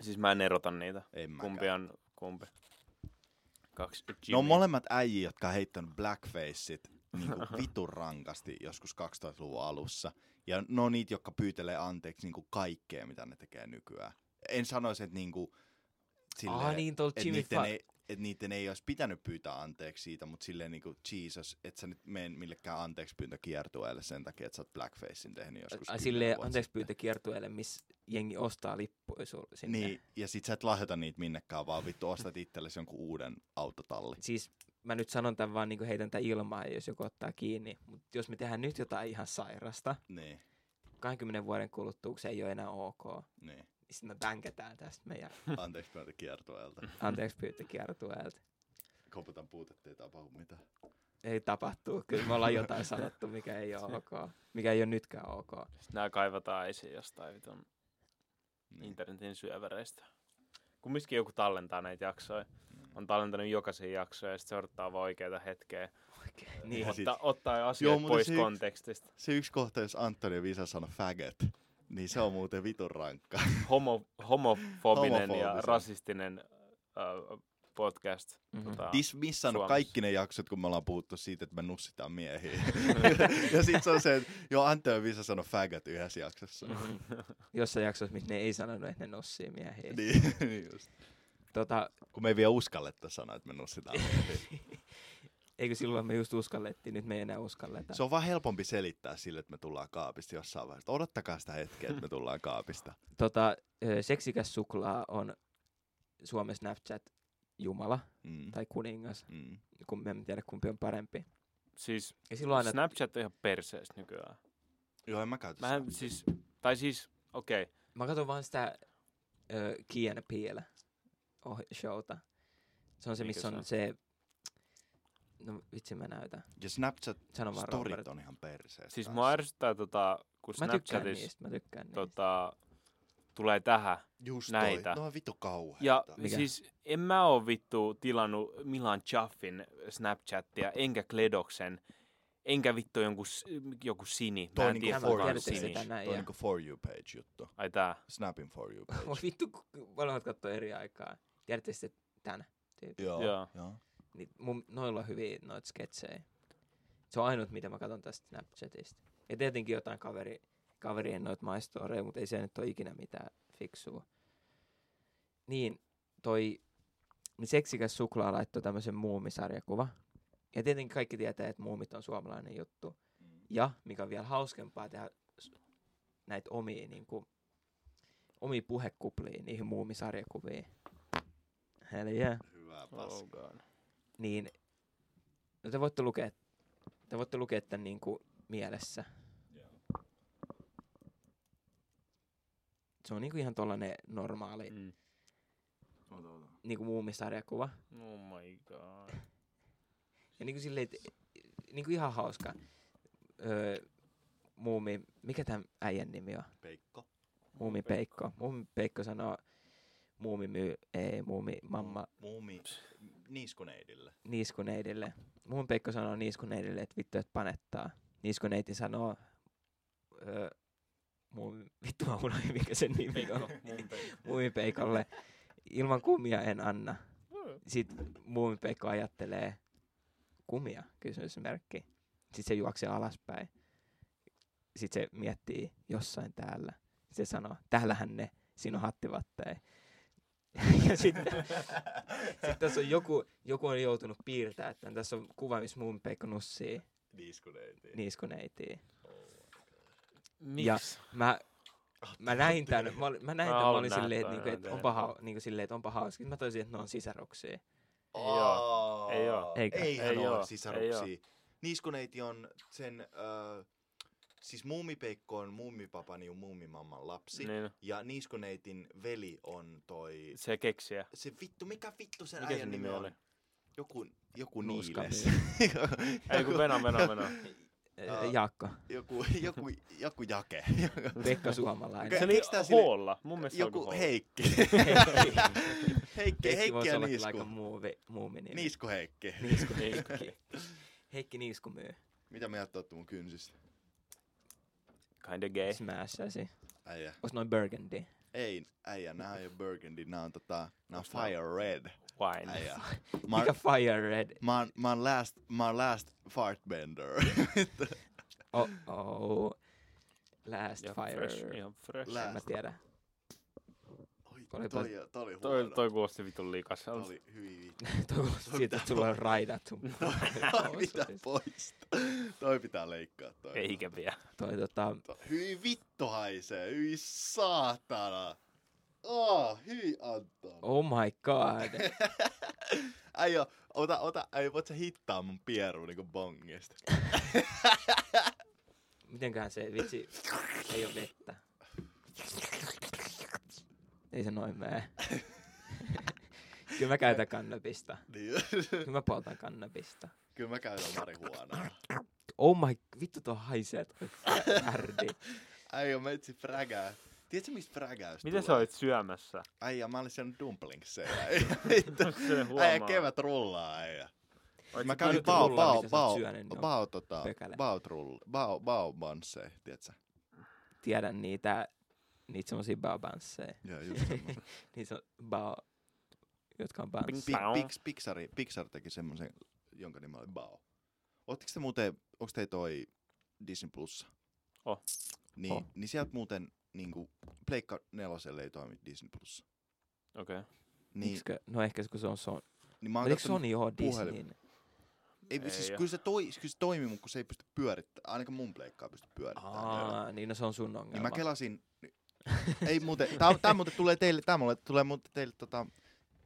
Speaker 2: Siis mä en erota niitä.
Speaker 3: En mä
Speaker 2: Kumpi on kumpi? Kaksi
Speaker 3: Ne on
Speaker 2: Jimmy.
Speaker 3: No, molemmat äijiä, jotka on heittänyt blackfaceit niinku vitun rankasti joskus 2000-luvun alussa. Ja ne on niitä, jotka pyytelee anteeksi niinku kaikkea, mitä ne tekee nykyään. En sanoisi, että niinku, silleen,
Speaker 1: Ah niin, tuolla
Speaker 3: et
Speaker 1: Jimmy
Speaker 3: niitten,
Speaker 1: Fa-
Speaker 3: ei, et niitten ei olisi pitänyt pyytää anteeksi siitä, mutta silleen niinku, Jesus, et sä nyt mene millekään anteeksi pyyntö kiertueelle sen takia, että sä oot blackfacein tehnyt joskus
Speaker 1: Ai
Speaker 3: 10
Speaker 1: silleen
Speaker 3: vuotta
Speaker 1: anteeksi
Speaker 3: sitten.
Speaker 1: pyyntö kiertueelle, missä jengi ostaa lippuja sul sinne.
Speaker 3: Niin, ja sit sä et lahjoita niitä minnekään, vaan vittu ostat itsellesi jonkun uuden autotalli.
Speaker 1: Siis mä nyt sanon tämän vaan niin heitän tämän ilmaan, jos joku ottaa kiinni. Mutta jos me tehdään nyt jotain ihan sairasta,
Speaker 3: Niin,
Speaker 1: 20 vuoden kuluttua, kun se ei ole enää ok,
Speaker 3: niin.
Speaker 1: niin sitten me bänkätään tästä meidän
Speaker 3: Anteeksi pyyntö kiertueelta.
Speaker 1: anteeksi pyyntö kiertueelta.
Speaker 3: koputan puut, ettei tapahdu mitään.
Speaker 1: Ei tapahtuu, kyllä me ollaan jotain sanottu, mikä ei ole ok, mikä ei ole nytkään ok.
Speaker 2: Sitten nää kaivataan esiin jostain vitun
Speaker 3: Niin.
Speaker 2: internetin syövereistä. Kumminkin joku tallentaa näitä jaksoja.
Speaker 3: Mm.
Speaker 2: On tallentanut jokaisen jaksoja ja sitten se odottaa vaan oikeita hetkeä.
Speaker 1: Oikein. Niin.
Speaker 3: Ja
Speaker 2: Ottaa,
Speaker 3: sit-
Speaker 2: ottaa asioita
Speaker 3: Joo,
Speaker 2: pois
Speaker 3: mutta se yks-
Speaker 2: kontekstista.
Speaker 3: Se yksi kohta, jos Antoni ja Visa sanoi faggot, niin se on muuten vitun rankka.
Speaker 2: Homo, homofobinen ja
Speaker 3: Homofobisen.
Speaker 2: rasistinen äh, podcast.
Speaker 1: Mhm.
Speaker 2: Tota,
Speaker 3: Dismissannut
Speaker 2: Suomessa.
Speaker 3: kaikki ne jaksot, kun me ollaan puhuttu siitä, että me nussitaan miehiä. ja sit se on se, että joo, Antoni ja Visa sanoi faggot yhdessä jaksossa.
Speaker 1: Mhm. Jossain jaksossa, missä ne ei sanonut, että ne nossii miehiä.
Speaker 3: niin, niin just.
Speaker 1: Tota,
Speaker 3: Kun me ei vielä uskalletta sanoa, että me nussitaan miehiä.
Speaker 1: eikö silloin me just uskallettiin, nyt me ei enää uskalleta.
Speaker 3: Se on vaan helpompi selittää sille, että me tullaan kaapista jossain vaiheessa. Odottakaa sitä hetkeä, että me tullaan kaapista.
Speaker 1: Tota, ö, seksikäs suklaa on Suomen Snapchat jumala
Speaker 3: Mm.
Speaker 1: tai kuningas,
Speaker 3: Mm.
Speaker 1: kun me emme tiedä kumpi on parempi.
Speaker 2: siis
Speaker 1: Ja silloin aina,
Speaker 2: Snapchat on ihan perseestä nykyään.
Speaker 3: Joo, en mä käytä sitä.
Speaker 2: Mähän siis, tai siis, okei, okay,
Speaker 1: mä katson vaan sitä ö, Key and Peele ohi- showta. Se on se,
Speaker 2: Mikä
Speaker 1: missä
Speaker 2: se
Speaker 1: on
Speaker 2: on?
Speaker 1: se, no vitsi mä näytän,
Speaker 3: Ja Snapchat
Speaker 1: sano vaan Robert.
Speaker 3: storit on ihan perseestä.
Speaker 2: siis
Speaker 3: kanssa.
Speaker 2: mua ärsyttää tota, kun
Speaker 1: Mä tykkään
Speaker 2: Snapchatissa
Speaker 1: niistä, mä tykkään niistä.
Speaker 2: tota, tulee tähän.
Speaker 3: Just
Speaker 2: näitä.
Speaker 3: toi. No on vitu kauheita.
Speaker 2: Ja
Speaker 1: Mikä?
Speaker 2: siis en mä oo vittu tilannut Milan Chaffin Snapchattia, enkä Kledoksen, enkä vittu jonkun, s- joku Sini. Mä
Speaker 3: toi
Speaker 2: en
Speaker 3: niinku
Speaker 2: tiedä,
Speaker 1: for
Speaker 3: for
Speaker 2: kuka
Speaker 1: you
Speaker 3: you
Speaker 2: on
Speaker 1: Tiedättekö
Speaker 2: Sini.
Speaker 1: sitä
Speaker 3: page.
Speaker 1: näin,
Speaker 3: Toi
Speaker 1: ja-
Speaker 3: niinku for you page juttu.
Speaker 2: Ai tää.
Speaker 3: Snapin for you
Speaker 1: Voi
Speaker 3: page.
Speaker 1: vittu, kun molemmat katsoo eri aikaa. Tiedätte sitten tän.
Speaker 3: Joo.
Speaker 2: Joo.
Speaker 3: Joo.
Speaker 1: Niin mun, noilla on hyviä noita sketsejä. Se on ainut, mitä mä katson tästä Snapchatista. Ja tietenkin jotain kaveri, kaverien noita maistoreja, mutta ei se nyt ole ikinä mitään fiksua. Niin, toi niin seksikäs suklaa laittoi tämmöisen muumisarjakuva. Ja tietenkin kaikki tietää, että muumit on suomalainen juttu. Ja, mikä on vielä hauskempaa, tehdä s- näitä omia, niin kuin, omia puhekuplia niihin muumisarjakuviin. Hell yeah
Speaker 3: Hyvää paskaa.
Speaker 2: Oh god.
Speaker 1: niin no te voitte lukea, te voitte lukea tämän niin kuin mielessä. Se on niin kuin ihan tollanen normaali
Speaker 2: Mm.
Speaker 1: niin kuin muumisarjakuva.
Speaker 2: Oh my god.
Speaker 1: Ja niin kuin silleen, et- niin kuin ihan hauska. Öö, muumi, mikä tämän äijän nimi on?
Speaker 3: Peikko.
Speaker 1: Muumi Peikko. Muumi Peikko sanoo, muumi myy, ei, muumi mamma
Speaker 3: Muumi. Niiskuneidille.
Speaker 1: niiskuneidille. Mun Peikko sanoo niiskuneidille, että vittu, että panettaa. Niiskuneiti sanoo, öö, mun, vittu mä unohdin, mikä sen nimi on. Muumipeikolle, ilman kumia en anna. Sitten muumipeikko ajattelee, kumia, kysymysmerkki. Sitten se juoksee alaspäin. Sitten se miettii jossain täällä. Sitten se sanoo, täällähän ne, siinä on hattivatteja. ja sitten sitten tässä on joku, joku on joutunut piirtämään tämän. Tässä on kuva, missä mun peikko nussii
Speaker 3: Niiskuneiti.
Speaker 1: niiskuneitiin.
Speaker 2: Miksi?
Speaker 1: Mä, mä näin tämän, mä, olin- mä näin
Speaker 2: Mä
Speaker 1: tämän, mä
Speaker 2: haluan
Speaker 1: olin
Speaker 2: nähdä
Speaker 1: silleen, että
Speaker 2: tämän,
Speaker 1: niinku,
Speaker 2: mä
Speaker 1: et
Speaker 2: tiedän.
Speaker 1: onpa, hau, niinku, silleen, että onpa hauska. Sitten mä toisin, että ne on sisaruksia.
Speaker 2: Ei oo.
Speaker 3: Aa,
Speaker 2: Ei oo.
Speaker 1: Eikä.
Speaker 3: Eihän
Speaker 2: Ei
Speaker 3: ei
Speaker 2: oo.
Speaker 3: ole
Speaker 2: Ei
Speaker 3: sisaruksia. Niiskuneiti on sen... Öö, siis muumipeikko on muumipapani ja muumimamman lapsi.
Speaker 2: Niin,
Speaker 3: Ja niiskuneitin veli on toi...
Speaker 2: se keksiä.
Speaker 3: Se vittu, mikä vittu sen
Speaker 2: Mikä sen
Speaker 3: äijän
Speaker 2: nimi oli?
Speaker 3: on? Joku, joku
Speaker 1: Nuuska
Speaker 3: Niiles.
Speaker 1: mies.
Speaker 3: Joku-
Speaker 2: Ei kun Venä, Venä, Venä.
Speaker 1: Ää, Jaakko.
Speaker 3: Joku, joku, joku jake.
Speaker 1: Pekka Suomalainen.
Speaker 2: Se
Speaker 3: Okei.
Speaker 2: oli
Speaker 3: Miks tää sille-
Speaker 2: Hoolla. Mun mielestä se
Speaker 3: joku
Speaker 2: oli Hoolla.
Speaker 3: Heikki. Heikki,
Speaker 1: Heikki
Speaker 3: Heikki
Speaker 1: voisi
Speaker 3: ja
Speaker 1: olla kyllä aika
Speaker 3: Niisku.
Speaker 1: muuvi, muumi nimi.
Speaker 3: Niisku Heikki.
Speaker 1: Niisku Heikki. Heikki Niisku myy.
Speaker 3: Mitä mieltä ootte mun kynsistä?
Speaker 2: Kinda
Speaker 1: Eh.
Speaker 2: gay.
Speaker 1: Smashasi.
Speaker 3: Äijä.
Speaker 1: Onks noin Burgundy?
Speaker 3: Ei, äijä, nää ei oo burgundy, nää on tota, nää on
Speaker 2: Onks nää-
Speaker 3: fire red.
Speaker 2: Wine.
Speaker 3: Äijä. Mä,
Speaker 1: Mikä
Speaker 3: oon-
Speaker 1: Fire Red?
Speaker 3: mä, oon- mä oon last, mä oon last fartbender.
Speaker 1: Oh, oh. Last
Speaker 2: Ihan
Speaker 1: Fire.
Speaker 2: fresh. Ihan fresh.
Speaker 1: En mä
Speaker 3: last.
Speaker 1: tiedä.
Speaker 3: Oi, toi,
Speaker 1: Olipa-
Speaker 3: toi, toi oli
Speaker 2: Toi,
Speaker 3: huono.
Speaker 2: toi kuulosti vitun liikassa.
Speaker 3: Toi oli hyvin vittu.
Speaker 1: Tuo kuulostaa siitä, että sulla on raidattu.
Speaker 3: No, Toi pitää poistaa. Toi pitää leikkaa toi.
Speaker 2: Eikä vielä.
Speaker 1: Toi tota,
Speaker 3: To- Hyi vittu haisee, hyi saatana. Oh, hyi Anton.
Speaker 1: oh my god.
Speaker 3: Äijä, ota, ota, äijä, voit sä hittaa mun pieruun niinku bongista?
Speaker 1: Mitenköhän se vitsi, ei oo vettä. Ei se noin mene. Kyllä mä käytän kannabista.
Speaker 3: Niin,
Speaker 1: Kyllä mä poltan kannabista.
Speaker 3: kyllä mä käytän marihuonaa.
Speaker 1: Oh my, vittu tuo haisee toi härdi.
Speaker 3: Äijä, mä etsin frägää. Tiedätkö mistä frägäys
Speaker 2: Mitä
Speaker 3: tulee?
Speaker 2: sä olit syömässä?
Speaker 3: Äijä, mä olin syönyt dumplingsia. Äijä, vittu.
Speaker 2: Se
Speaker 3: Äijä,
Speaker 2: huomaa.
Speaker 3: kevät rullaa, äijä.
Speaker 2: Olit
Speaker 3: Mä
Speaker 2: sä
Speaker 3: kävin
Speaker 1: nyt
Speaker 3: bao,
Speaker 1: rullaa,
Speaker 3: bao,
Speaker 1: mitä sä oot
Speaker 3: bao,
Speaker 1: syönyt, no,
Speaker 3: bao, tota,
Speaker 1: pökälä.
Speaker 3: bao, trull, bao, bao, bansseja, tiedätkö?
Speaker 1: Tiedän niitä, niitä semmosia baobansseja.
Speaker 3: Joo, just semmoisen.
Speaker 1: Niitä on bao, jotka on bans.
Speaker 3: Pi-
Speaker 2: Bao.
Speaker 3: Pix, Pixar, Pixar teki semmoisen, jonka nimi oli Bao. Oletteko te muuten, onko te toi Disney Plussa?
Speaker 2: Oh.
Speaker 3: Niin,
Speaker 1: Oh.
Speaker 3: niin sieltä muuten niinku, Pleikka neloselle ei toimi Disney Plussa.
Speaker 2: Okei.
Speaker 3: Niin,
Speaker 1: Miksikö? No ehkä se, kun se on Sony.
Speaker 3: niin mä oon
Speaker 1: Eikö
Speaker 3: kattonut,
Speaker 1: Sony ole
Speaker 3: puhelin-
Speaker 1: Disneyn?
Speaker 3: ei,
Speaker 2: niin? Ei
Speaker 3: siis,
Speaker 2: oo.
Speaker 3: kyllä, se toi, kyllä se toimii, mutta kun se ei pysty pyörittämään, ainakaan mun pleikkaa pysty pyörittämään.
Speaker 2: Ah.
Speaker 3: vielä.
Speaker 1: Aa, niin no se on sun ongelma.
Speaker 3: niin mä kelasin, ei muuten, tää, tää muuten tulee teille, tää mulle tulee muuten teille tota,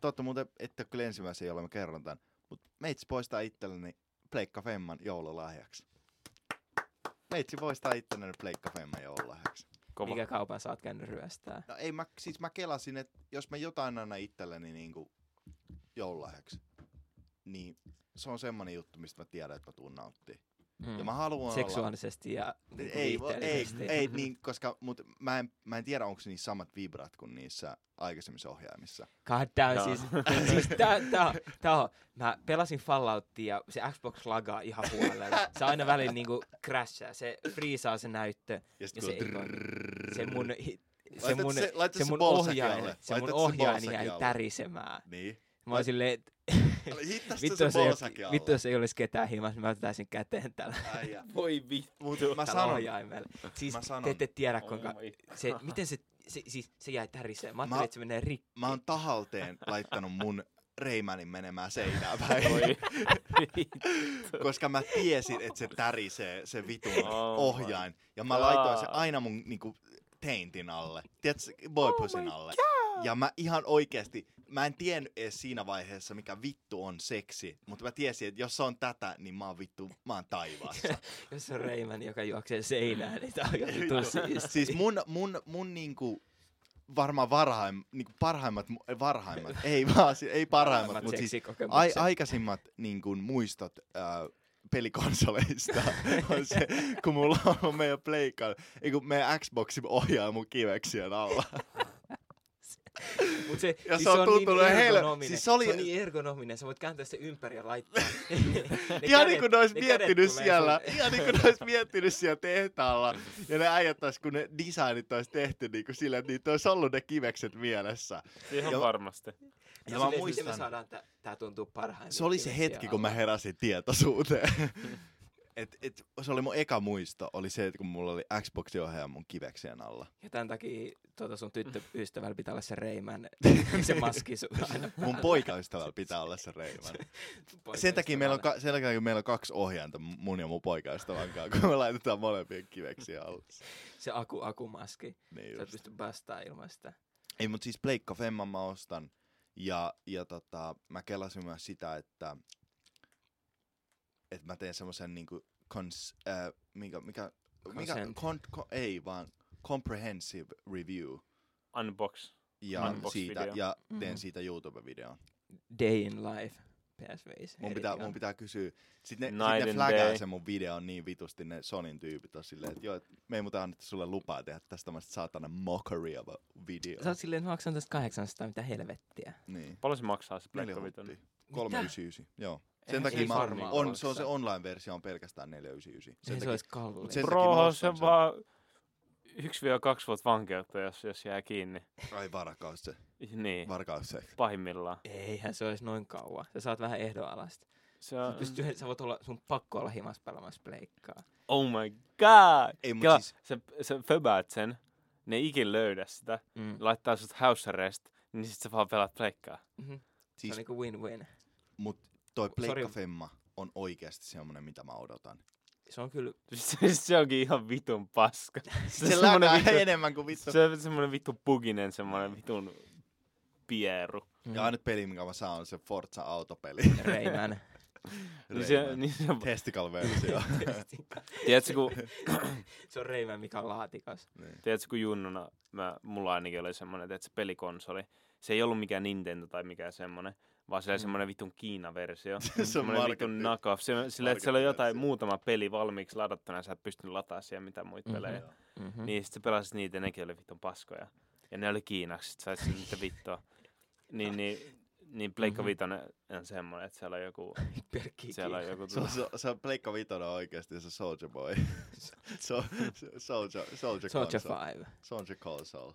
Speaker 3: totta muuten, ette ole kyllä ensimmäisiä, jolla mä kerron tämän, mutta meitsi poistaa itselleni Pleikka Femman joululahjaksi. Meitsi poistaa itselleni Pleikka Femman joululahjaksi.
Speaker 2: Kova.
Speaker 1: Mikä kaupan sä oot käynyt ryöstää?
Speaker 3: No ei mä, siis mä kelasin, että jos mä jotain annan itselleni niinku joululahjaksi, niin se on semmonen juttu, mistä mä tiedän, että mä tuun nauttimaan.
Speaker 1: Mm.
Speaker 3: Ja mä haluan olla...
Speaker 1: Seksuaalisesti ja niinku
Speaker 3: Ei, vo- ei,
Speaker 1: viihteellisesti.
Speaker 3: ei niin, koska mut mä, en, mä en tiedä, onko niissä samat vibrat kuin niissä aikaisemmissa ohjaimissa.
Speaker 1: God damn,
Speaker 2: Joo.
Speaker 1: siis, siis tää, tää, on- tää on, mä pelasin Falloutia ja se Xbox lagaa ihan huolella. Se aina välin niinku crashaa, se friisaa se näyttö.
Speaker 3: Ja sit
Speaker 1: Ja
Speaker 3: kun
Speaker 1: se ei
Speaker 3: drrrr,
Speaker 1: Se mun, hi- se
Speaker 3: Laitat
Speaker 1: mun,
Speaker 3: se- laitat
Speaker 1: se
Speaker 3: se
Speaker 1: mun
Speaker 3: bolsakin
Speaker 1: ohjain,
Speaker 3: alle.
Speaker 1: se
Speaker 3: Laitat
Speaker 1: mun
Speaker 3: se
Speaker 1: ohjain niin
Speaker 3: bolsakin
Speaker 1: jäi
Speaker 3: alle.
Speaker 1: tärisemään.
Speaker 3: Niin.
Speaker 1: Mä oon
Speaker 3: Lait-
Speaker 1: silleen, et
Speaker 3: Hittas
Speaker 1: vittu,
Speaker 3: se
Speaker 1: jos ei,
Speaker 3: bolsakin
Speaker 1: vittu
Speaker 3: alle.
Speaker 1: jos ei olisi ketään himas, niin mä ottaisin käteen tällä,
Speaker 3: Äijä.
Speaker 2: Voi vittu.
Speaker 3: Mut mä
Speaker 1: tällä
Speaker 3: sanon,
Speaker 1: ohjaimella. Siis
Speaker 3: Mä sanon.
Speaker 1: te ette tiedä kuinka,
Speaker 2: Oh my
Speaker 1: se, miten se, se, siis, se jäi täriseen. Mä
Speaker 3: Mä-
Speaker 1: ajattelin, että se menee rikki.
Speaker 3: mä oon tahalteen laittanut mun Reimanin menemään seinään päin,
Speaker 2: Voi.
Speaker 3: koska mä tiesin, että se tärisee se vitun
Speaker 2: Oh
Speaker 3: ohjain. Ja mä
Speaker 2: God.
Speaker 3: laitoin se aina mun niinku, teintin alle. Tiedätkö,
Speaker 1: Oh
Speaker 3: boypusin alle. Ja mä ihan oikeesti, mä en tiennyt edes siinä vaiheessa, mikä vittu on seksi, mutta mä tiesin, että jos se on tätä, niin mä oon vittu, mä oon taivaassa.
Speaker 1: Jos on Reiman, joka juoksee seinään, niin tää on jo vitu siistiä.
Speaker 3: siis mun, mun, mun niinku, varmaan varhaim, niinku parhaimmat, mu- varhaimmat, ei vaan, si- ei parhaimmat,
Speaker 1: Parhaimmat
Speaker 3: mutta siis ai,
Speaker 1: seksikokemukset.
Speaker 3: aikaisimmat niinku, muistot ää, pelikonsoleista on se, kun mulla on ollut meidän pleikan, ei kun meidän Xboxi ohjaa mun kiveksien alla.
Speaker 1: Mut se,
Speaker 3: Ja se on tuntunut
Speaker 1: niin
Speaker 3: hel-
Speaker 1: ergonominen.
Speaker 3: siis
Speaker 1: se,
Speaker 3: se oli-
Speaker 1: oli... se on niin ergonominen, sä voit kääntää se ympäri ja laittaa. ne
Speaker 3: Ihan niin kuin ne olisi
Speaker 1: ne kädet
Speaker 3: miettinyt
Speaker 1: tulee
Speaker 3: siellä,
Speaker 1: sun-
Speaker 3: ihan niin kuin ne olisi miettinyt siellä tehtaalla. Ja ne äijät olisi, kun ne designit olisi tehty niin kuin sillä, että niitä olisi ollut ne kivekset mielessä.
Speaker 2: Ihan
Speaker 3: Ja-
Speaker 2: varmasti.
Speaker 3: Ja
Speaker 1: Ja
Speaker 3: mä
Speaker 1: mä muistan. me
Speaker 3: muistan-
Speaker 1: saadaan tää, tää tuntuu parhaimmin.
Speaker 3: Se oli se hetki, kun mä heräsin tietoisuuteen. Et, et, se oli mun eka muisto, oli se, että kun mulla oli Xbox ohjaaja mun kiveksien alla.
Speaker 1: Ja tämän takia tuota sun tyttöystävällä pitää olla se Reiman, se maski sun aina
Speaker 3: Mun poikaystävällä pitää olla se Reiman. Sen takia, meillä on, ka- sen takia meillä on kaksi ohjainta mun ja mun poikaystävän kanssa, kun me laitetaan molempien kiveksiä alle.
Speaker 1: Se aku, akumaski.
Speaker 3: Niin
Speaker 1: Sä et
Speaker 3: just.
Speaker 1: pysty bastaa ilman sitä.
Speaker 3: Ei, mutta siis Pleikka Femman mä ostan. Ja, ja tota, mä kelasin myös sitä, että, että mä teen semmoisen niinku cons, äh, mikä, mikä, mikä
Speaker 1: Consent.
Speaker 3: con, con, ei vaan comprehensive review
Speaker 2: Unbox.
Speaker 3: ja
Speaker 2: Unbox-video.
Speaker 3: siitä, ja teen
Speaker 1: Mm.
Speaker 3: siitä YouTube-videon.
Speaker 1: Day in life. PSVissä.
Speaker 3: Mun
Speaker 1: eri
Speaker 3: pitää,
Speaker 1: tilanne.
Speaker 3: mun pitää kysyä. Sitten ne,
Speaker 2: Night
Speaker 3: sit ne
Speaker 2: and
Speaker 3: flagaa
Speaker 2: day.
Speaker 3: sen mun videon niin vitusti ne Sonin tyypit on silleen, että joo, et me ei muuten annettu sulle lupaa tehdä tästä tämmöistä saatana mockery of a video.
Speaker 1: Sä oot silleen, että maksan tästä 800, mitä helvettiä.
Speaker 3: Niin.
Speaker 2: Paljon se maksaa se
Speaker 3: Neljä
Speaker 2: Black Vitoinen?
Speaker 3: hunttia. 399, joo. Sen
Speaker 1: Eihän
Speaker 3: takia
Speaker 1: se
Speaker 3: mä,
Speaker 1: varmaan
Speaker 3: on,
Speaker 2: maksa.
Speaker 3: se on se online-versio on pelkästään 499.
Speaker 1: Sen
Speaker 3: Sen
Speaker 1: se
Speaker 3: takia,
Speaker 1: olisi kallis.
Speaker 3: sen takia mä
Speaker 2: Proho se
Speaker 3: ostan sen.
Speaker 2: vaan 1-2 vuotta vankeutta, jos, jos jää kiinni.
Speaker 3: ai varkaus se,
Speaker 2: Niin,
Speaker 3: varkaus se.
Speaker 2: pahimmillaan.
Speaker 1: Eihän se olisi noin kauan. Sä saat vähän ehdonalaista.
Speaker 2: Se on...
Speaker 1: Sä, pystyy, sä voit olla, sun pakko olla himas pelaamassa pleikkaa.
Speaker 2: Oh my god!
Speaker 3: Ei, mut
Speaker 2: Kela,
Speaker 3: siis,
Speaker 2: sä, sä föbäät sen, ne ei ikin löydä sitä,
Speaker 1: Mm.
Speaker 2: laittaa sut house arrest, niin sit sä vaan pelaat pleikkaa.
Speaker 1: Mhm. Se
Speaker 3: Siis-
Speaker 1: on niinku win-win.
Speaker 3: mut toi
Speaker 1: Sori.
Speaker 3: Pleikka Femma on oikeasti semmonen, mitä mä odotan.
Speaker 1: Se on kyllä,
Speaker 2: Siis se- se onkin ihan vitun paska. Se, on
Speaker 3: Se
Speaker 2: semmonen
Speaker 3: läkää
Speaker 2: vittu-
Speaker 3: enemmän kuin vittu.
Speaker 2: Se on semmonen vittu puginen, semmonen vitun pieru.
Speaker 1: mm,
Speaker 3: Ja ainut peli, minkä mä saan, on se Forza autopeli.
Speaker 1: Rayman.
Speaker 2: Niin se,
Speaker 3: Rayman.
Speaker 2: niin se,
Speaker 3: Testical versio.
Speaker 2: tiedätkö, kun,
Speaker 1: se on Rayman, mikä on laatikas.
Speaker 3: niin.
Speaker 2: tiedätkö, kun junnuna mä, mulla ainakin oli semmonen, että se pelikonsoli, se ei ollut mikään Nintendo tai mikään semmonen, vaan se oli
Speaker 1: Mm.
Speaker 2: semmonen vitun Kiina-versio.
Speaker 3: Se on
Speaker 2: semmonen vitun
Speaker 3: marketing.
Speaker 2: knockoff. Se, sillä, että siellä on jotain
Speaker 3: Marketing-versio.
Speaker 2: muutama peli valmiiksi ladattuna, sä et pystynyt lataa siellä mitään muita
Speaker 1: Mhm.
Speaker 2: pelejä.
Speaker 1: Mm-hmm.
Speaker 2: Niin, sit sä pelasit niitä ja nekin oli vittun paskoja. Ja ne oli kiinaksi, sit sä et sinne niitä vittua. Niin, niin, niin Pleikka
Speaker 1: Mhm.
Speaker 2: mm-hmm. Vitoinen on semmoinen, että siellä on joku...
Speaker 1: Perkki
Speaker 2: Siellä on joku
Speaker 3: Se on,
Speaker 2: tuota,
Speaker 3: se, se on Pleikka Vitoinen oikeesti se Soldier Boy. Se on se Soldier, soldier,
Speaker 1: Soldier
Speaker 3: Console.
Speaker 1: 5.
Speaker 3: Soldier Console.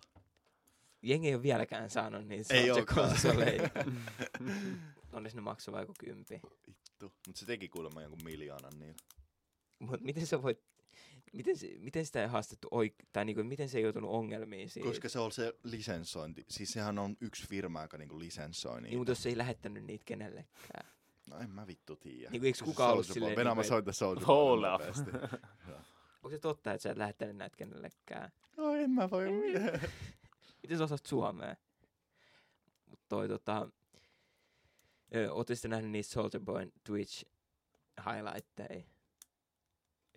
Speaker 1: Jengi ei ole vieläkään saanut niin
Speaker 3: Ei
Speaker 1: Soldier
Speaker 3: olekaan.
Speaker 1: konsoleita. Onnes ne maksoi vaikka kympi.
Speaker 3: Vittu. Mut se teki kuulemma jonkun miljoonan niin- niillä.
Speaker 1: Mut miten sä voit, miten, se, miten sitä ei haastettu oikein, tai niinku, miten se ei joutunut ongelmiin siitä?
Speaker 3: Koska se on se lisensointi. Siis sehän on yksi firma, joka niinku lisensoi
Speaker 1: niin,
Speaker 3: niitä.
Speaker 1: mutta jos se ei lähettänyt niitä kenellekään.
Speaker 3: No en mä vittu tiiä.
Speaker 1: Niinku eiks kukaan ollut silleen
Speaker 3: Venä
Speaker 1: niinku,
Speaker 3: mä
Speaker 1: et-
Speaker 3: soitan Soldier
Speaker 2: Hold
Speaker 3: Boylle
Speaker 2: up.
Speaker 3: nopeasti.
Speaker 1: Onko se totta, että sä et lähettänyt näitä kenellekään?
Speaker 3: No en mä voi mitään.
Speaker 1: Miten sä osaat suomea? Mut toi tota... Ö, ootte sitten nähnyt niitä Soldier Boyn Twitch highlightteja?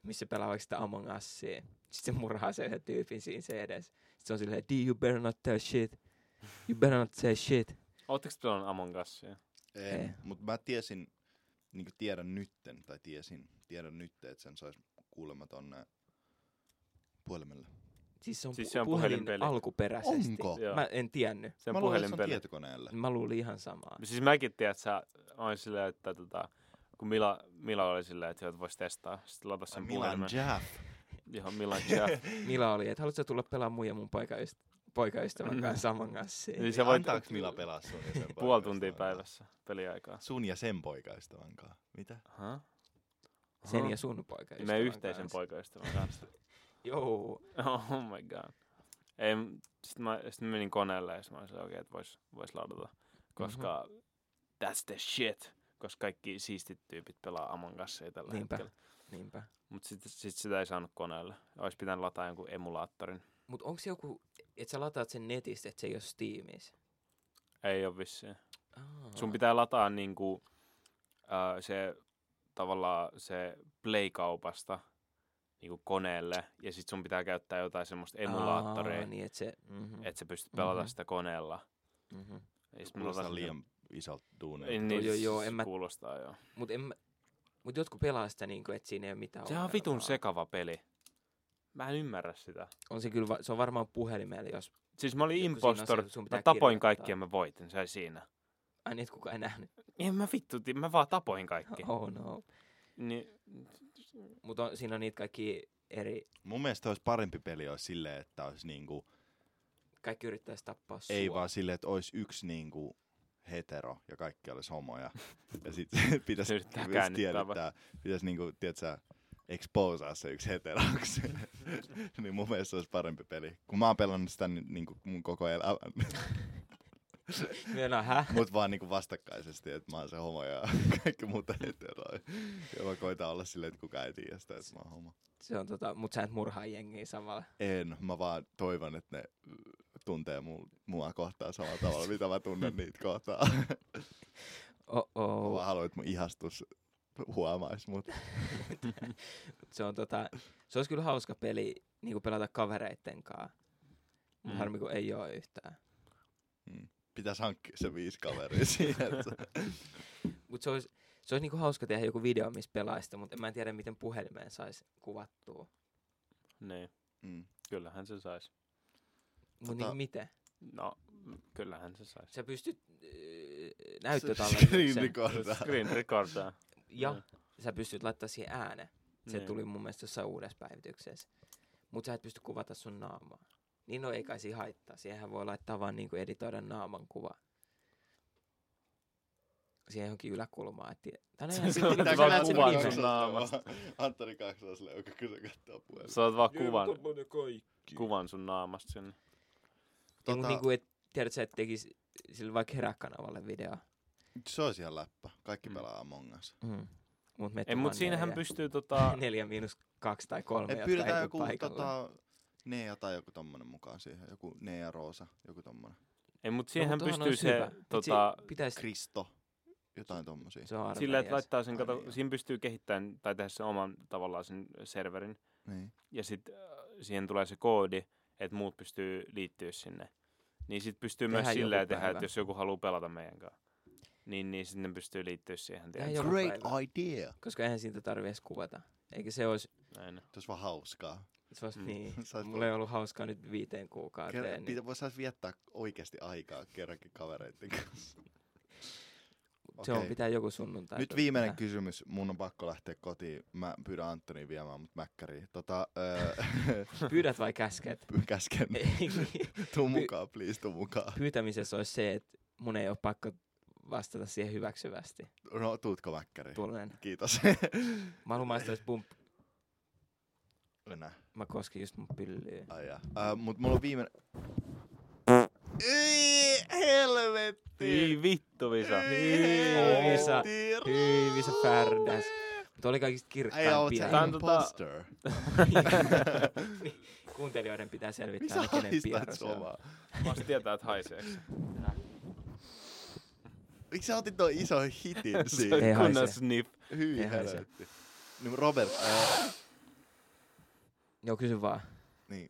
Speaker 1: Missä pelaa vaikka sitä Among Usia. Sitten se murhaa sen yhden tyypin siinä CDs. Sitten se on silleen, D, you better not tell shit. You better not say shit.
Speaker 2: Ootteko pelannut Among Usia?
Speaker 1: Ei.
Speaker 3: En, mut mä tiesin, niinku tiedän nytten, tai tiesin, tiedän nytten, että sen sais kuulemma tonne puhelimelle.
Speaker 1: Siis se on,
Speaker 2: Siis
Speaker 1: pu-
Speaker 2: se on
Speaker 1: puhelin
Speaker 2: puhelinpeli.
Speaker 1: alkuperäisesti.
Speaker 3: Onko?
Speaker 2: Joo.
Speaker 1: Mä en tiennyt.
Speaker 2: Se on
Speaker 3: mä luulen, että se on
Speaker 2: puhelinpeli.
Speaker 3: tietokoneelle.
Speaker 1: Mä luulin ihan samaa.
Speaker 2: Siis mäkin tiedän, että sä oon silleen, että tota, kun Mila, Mila oli silleen, että joo, vois testaa. Sitten lataa sen
Speaker 3: Milan
Speaker 2: puhelimen. Niin
Speaker 3: Jaff.
Speaker 2: Joo, Milan Jaff.
Speaker 1: Mila oli, että haluatko sä tulla pelaamaan mun ja mun poikaystä- poikaystävän kanssa Among Usia?
Speaker 2: Niin
Speaker 3: Niin
Speaker 2: sä
Speaker 3: sä
Speaker 2: voit-
Speaker 3: Antaaks Mila pelaa sun ja sen
Speaker 2: Puoli tuntia
Speaker 3: poikaystävän kanssa?
Speaker 2: päivässä peliaikaa.
Speaker 3: Sun ja sen poikaystävän kanssa. Mitä?
Speaker 2: Huh?
Speaker 1: Sen ja sun poika.
Speaker 2: Meidän yhteisen poikaystävän kanssa.
Speaker 1: Joo.
Speaker 2: Oh my god. Ei, sitten mä, sit mä menin koneelle ja sit mä olin okei, okay, että vois, vois ladata. Koska
Speaker 1: Mhm.
Speaker 2: mm-hmm. that's the shit. Koska kaikki siistit tyypit pelaa Among Usia tällä
Speaker 1: Niinpä.
Speaker 2: hetkellä.
Speaker 1: Niinpä.
Speaker 2: Mutta sitten sit sitä ei saanut koneelle. Olisi pitänyt lataa jonkun emulaattorin.
Speaker 1: Mut onks joku, että sä lataat sen netistä, että se ei oo Steamissa?
Speaker 2: Ei ole vissiin.
Speaker 1: Aa.
Speaker 2: Sun pitää lataa niinku, äh, se tavallaan se Play-kaupasta niinku koneelle. Ja sitten sun pitää käyttää jotain semmoista emulaattoria.
Speaker 1: Aa, niin, että se... Mm-hmm. Et,
Speaker 2: Että sä pystyt pelata
Speaker 1: Mhm.
Speaker 2: mm-hmm. sitä koneella.
Speaker 1: mm-hmm.
Speaker 2: Ja sit mä
Speaker 3: Kuulostaa
Speaker 2: latasin-
Speaker 3: liian isolta
Speaker 2: Ei,
Speaker 3: duunilta.
Speaker 2: niin,
Speaker 1: Joo, joo,
Speaker 2: se
Speaker 1: en mä-
Speaker 2: Kuulostaa joo.
Speaker 1: Mut, en, mä- mut jotkut pelaa sitä niinku, että siinä ei oo mitään
Speaker 2: Sehän on
Speaker 1: ongelmaa.
Speaker 2: vitun sekava peli. Mä en ymmärrä sitä.
Speaker 1: On se kyllä, va- se on varmaan puhelimella, jos...
Speaker 2: Siis mä olin
Speaker 1: Joku siinä on
Speaker 2: impostor,
Speaker 1: se, sun pitää
Speaker 2: mä tapoin
Speaker 1: kirjoittaa.
Speaker 2: kaikki ja mä voitin, se oli siinä.
Speaker 1: Ai niin, et kukaan ei nähnyt.
Speaker 2: En mä vittu, tii- mä vaan tapoin kaikki.
Speaker 1: Oh no.
Speaker 2: Niin,
Speaker 1: Mut on, siinä on niitä kaikki eri...
Speaker 3: Mun mielestä olisi parempi peli olisi silleen, että olisi niinku,
Speaker 1: Kaikki yrittäisi tappaa sua.
Speaker 3: ei vaan silleen, että olisi yksi niinku hetero ja kaikki olisi homoja. ja sitten pitäisi
Speaker 2: Yrittää
Speaker 3: pitäis
Speaker 2: käännyttää
Speaker 3: tiedottaa, pitäisi niinku, tiedätkö, exposaa se yksi heteroksi. niin mun mielestä se olisi parempi peli. Kun mä oon pelannut sitä ni- niinku mun koko elämän,
Speaker 1: Myönnä, hä?
Speaker 3: mut vaan niinku vastakkaisesti, että mä oon se homo ja kaikki muut on heteroja. Ja mä koitan olla silleen, että kukaan ei tiedä sitä, että mä oon homo.
Speaker 1: Se on tota, mut sä et murhaa jengiä samalla.
Speaker 3: En, mä vaan toivon, että ne mm, tuntee mu- mua kohtaan samalla tavalla, mitä mä tunnen niitä kohtaan.
Speaker 1: Oh
Speaker 3: Mä
Speaker 1: oh.
Speaker 3: vaan haluan, että mun ihastus huomaisi mut.
Speaker 1: se on tota, se olisi kyllä hauska peli niinku pelata kavereitten kanssa. Mm.
Speaker 2: Mm.
Speaker 1: Harmi kun ei ole yhtään.
Speaker 3: Pitäis hankkia se viisi kaveria siihen. että-
Speaker 1: Mutta se olisi, se olisi niinku hauska tehdä joku video, missä pelaista, mutta mä en tiedä, miten puhelimeen saisi kuvattua.
Speaker 2: Niin,
Speaker 3: Mm.
Speaker 2: kyllähän se saisi.
Speaker 1: Mutta
Speaker 3: Tota-
Speaker 1: tota... niinku miten?
Speaker 2: No, mm, kyllähän se saisi.
Speaker 1: Sä pystyt äh,
Speaker 3: Screen
Speaker 1: näyttötallennuksen
Speaker 3: recordaa.
Speaker 2: Screen Niin. recordaa.
Speaker 1: ja
Speaker 2: Joo.
Speaker 1: sä pystyt laittaa siihen äänen. Se
Speaker 2: Niin.
Speaker 1: tuli mun mielestä jossain uudessa päivityksessä. Mutta sä et pysty kuvata sun naamaa. Niin no ei kai siinä haittaa. Siihenhän voi laittaa vaan niinku editoida naaman kuva. Siihen johonkin yläkulmaan. Et... Tämä on ihan
Speaker 2: Se on
Speaker 1: kyllä
Speaker 2: vaan
Speaker 1: sä näet sen
Speaker 2: kuvan
Speaker 1: viimeisen.
Speaker 2: sun naamasta.
Speaker 3: Antteri Kaksaselle, joka kyllä katsoo puhelin.
Speaker 2: Sä oot vaan kuvan,
Speaker 1: kaikki.
Speaker 2: kuvan sun naamasta sinne.
Speaker 1: Tota... Mut
Speaker 3: Tota-
Speaker 1: niinku, et, tiedät sä, että tekis sille vaikka heräkanavalle video.
Speaker 3: Se olisi ihan läppä. Kaikki
Speaker 2: Mm.
Speaker 3: pelaa Among Us.
Speaker 1: Mm. Mut me
Speaker 2: Ei, mut siinähän pystyy tota...
Speaker 1: Neljä miinus kaksi tai kolme,
Speaker 3: Et
Speaker 1: jotka ei
Speaker 3: pyydetään
Speaker 1: tuu
Speaker 3: joku
Speaker 1: paikalle.
Speaker 3: tota, Nea tai joku tommonen mukaan siihen. Joku Nea Roosa, joku tommonen.
Speaker 2: Ei, mut
Speaker 1: No,
Speaker 2: siihenhän
Speaker 1: mut toihan
Speaker 2: pystyy
Speaker 1: olisi
Speaker 2: se
Speaker 1: hyvä. Mut
Speaker 2: tota...
Speaker 1: si- pitäis,
Speaker 3: Kristo. Jotain tommosia.
Speaker 1: se on armeijas.
Speaker 2: Sillä, että laittaa sen, kato,
Speaker 3: Ai niin, joo.
Speaker 2: siinä pystyy kehittämään tai tehdä sen oman tavallaan sen serverin.
Speaker 3: Niin.
Speaker 2: Ja sitten siihen tulee se koodi, että muut pystyy liittyä sinne. Niin sitten pystyy
Speaker 1: Tehdään
Speaker 2: myös
Speaker 1: joku
Speaker 2: silleen tehdä,
Speaker 1: päivä.
Speaker 2: että jos joku haluaa pelata meidän kanssa, niin, niin sitten pystyy liittyä siihen.
Speaker 1: Tehdään joku
Speaker 2: tiedätkö?
Speaker 3: Great
Speaker 1: päivä.
Speaker 3: idea.
Speaker 1: Koska eihän siitä tarvi edes kuvata. Eikä se olisi,
Speaker 2: Näin.
Speaker 3: Se olisi vaan hauskaa.
Speaker 1: se olisi
Speaker 2: Mm.
Speaker 1: mm. niin.
Speaker 3: Sä oot
Speaker 1: Mulla ei ollut hauskaa nyt viiteen
Speaker 3: Kerran,
Speaker 1: kuukauteen.
Speaker 3: niin.
Speaker 1: Niin
Speaker 3: pitä, vois viettää oikeasti aikaa kerrankin kavereiden kanssa.
Speaker 1: se on
Speaker 3: Okei.
Speaker 1: pitää joku sunnuntai. tuota
Speaker 3: Nyt
Speaker 1: kun
Speaker 3: viimeinen
Speaker 1: pitää.
Speaker 3: kysymys. Mun on pakko lähteä kotiin. Mä pyydän Anttonia viemään mut mäkkäriin. Tota, öö,
Speaker 1: Pyydät vai käsket?
Speaker 3: käsken.
Speaker 1: Ei.
Speaker 3: Tuu mukaan, please, tuu mukaan.
Speaker 1: Pyytämisessä olisi se, että mun ei ole pakko vastata siihen hyväksyvästi.
Speaker 3: No, tuutko mäkkäriin?
Speaker 1: Tulen.
Speaker 3: Kiitos.
Speaker 1: Mä haluan maistaa, jos pump,
Speaker 3: Enää.
Speaker 1: mä koskin just mun pyllyä.
Speaker 3: Ai jaa. Äh, mut mulla on viimeinen... Ei, helvetti!
Speaker 2: Ei Niin, vittu, Visa. Niin.
Speaker 1: Ei, Visa.
Speaker 3: helvetti,
Speaker 1: Hyi, Visa Färdes.
Speaker 3: Rulle.
Speaker 1: Mutta oli kaikista
Speaker 3: Ei oo,
Speaker 1: kirkkaampi.
Speaker 3: sä
Speaker 2: Tää on tota-
Speaker 3: imposter.
Speaker 1: Kuuntelijoiden pitää selvittää,
Speaker 3: Missä
Speaker 1: ne, kenen
Speaker 3: haistat
Speaker 1: pieru se on.
Speaker 3: somaa?
Speaker 2: Vasta tietää, että haiseeko.
Speaker 1: Niin,
Speaker 2: se.
Speaker 3: Miksi sä otit ton iso hitin
Speaker 2: Se
Speaker 1: Ei
Speaker 2: on
Speaker 3: siinä?
Speaker 1: haise.
Speaker 2: kunnon sniff.
Speaker 3: Hyi
Speaker 1: Ei haise.
Speaker 3: helvetti. Niin Robert, äh,
Speaker 1: Joo, kysy vaan.
Speaker 3: niin.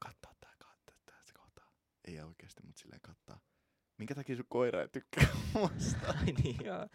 Speaker 3: Kattaa tää, kattaa tää, se kohtaa. Ei oikeesti, mut silleen kattaa. Minkä takia sun koira ei tykkää musta?
Speaker 1: Ai niin, joo.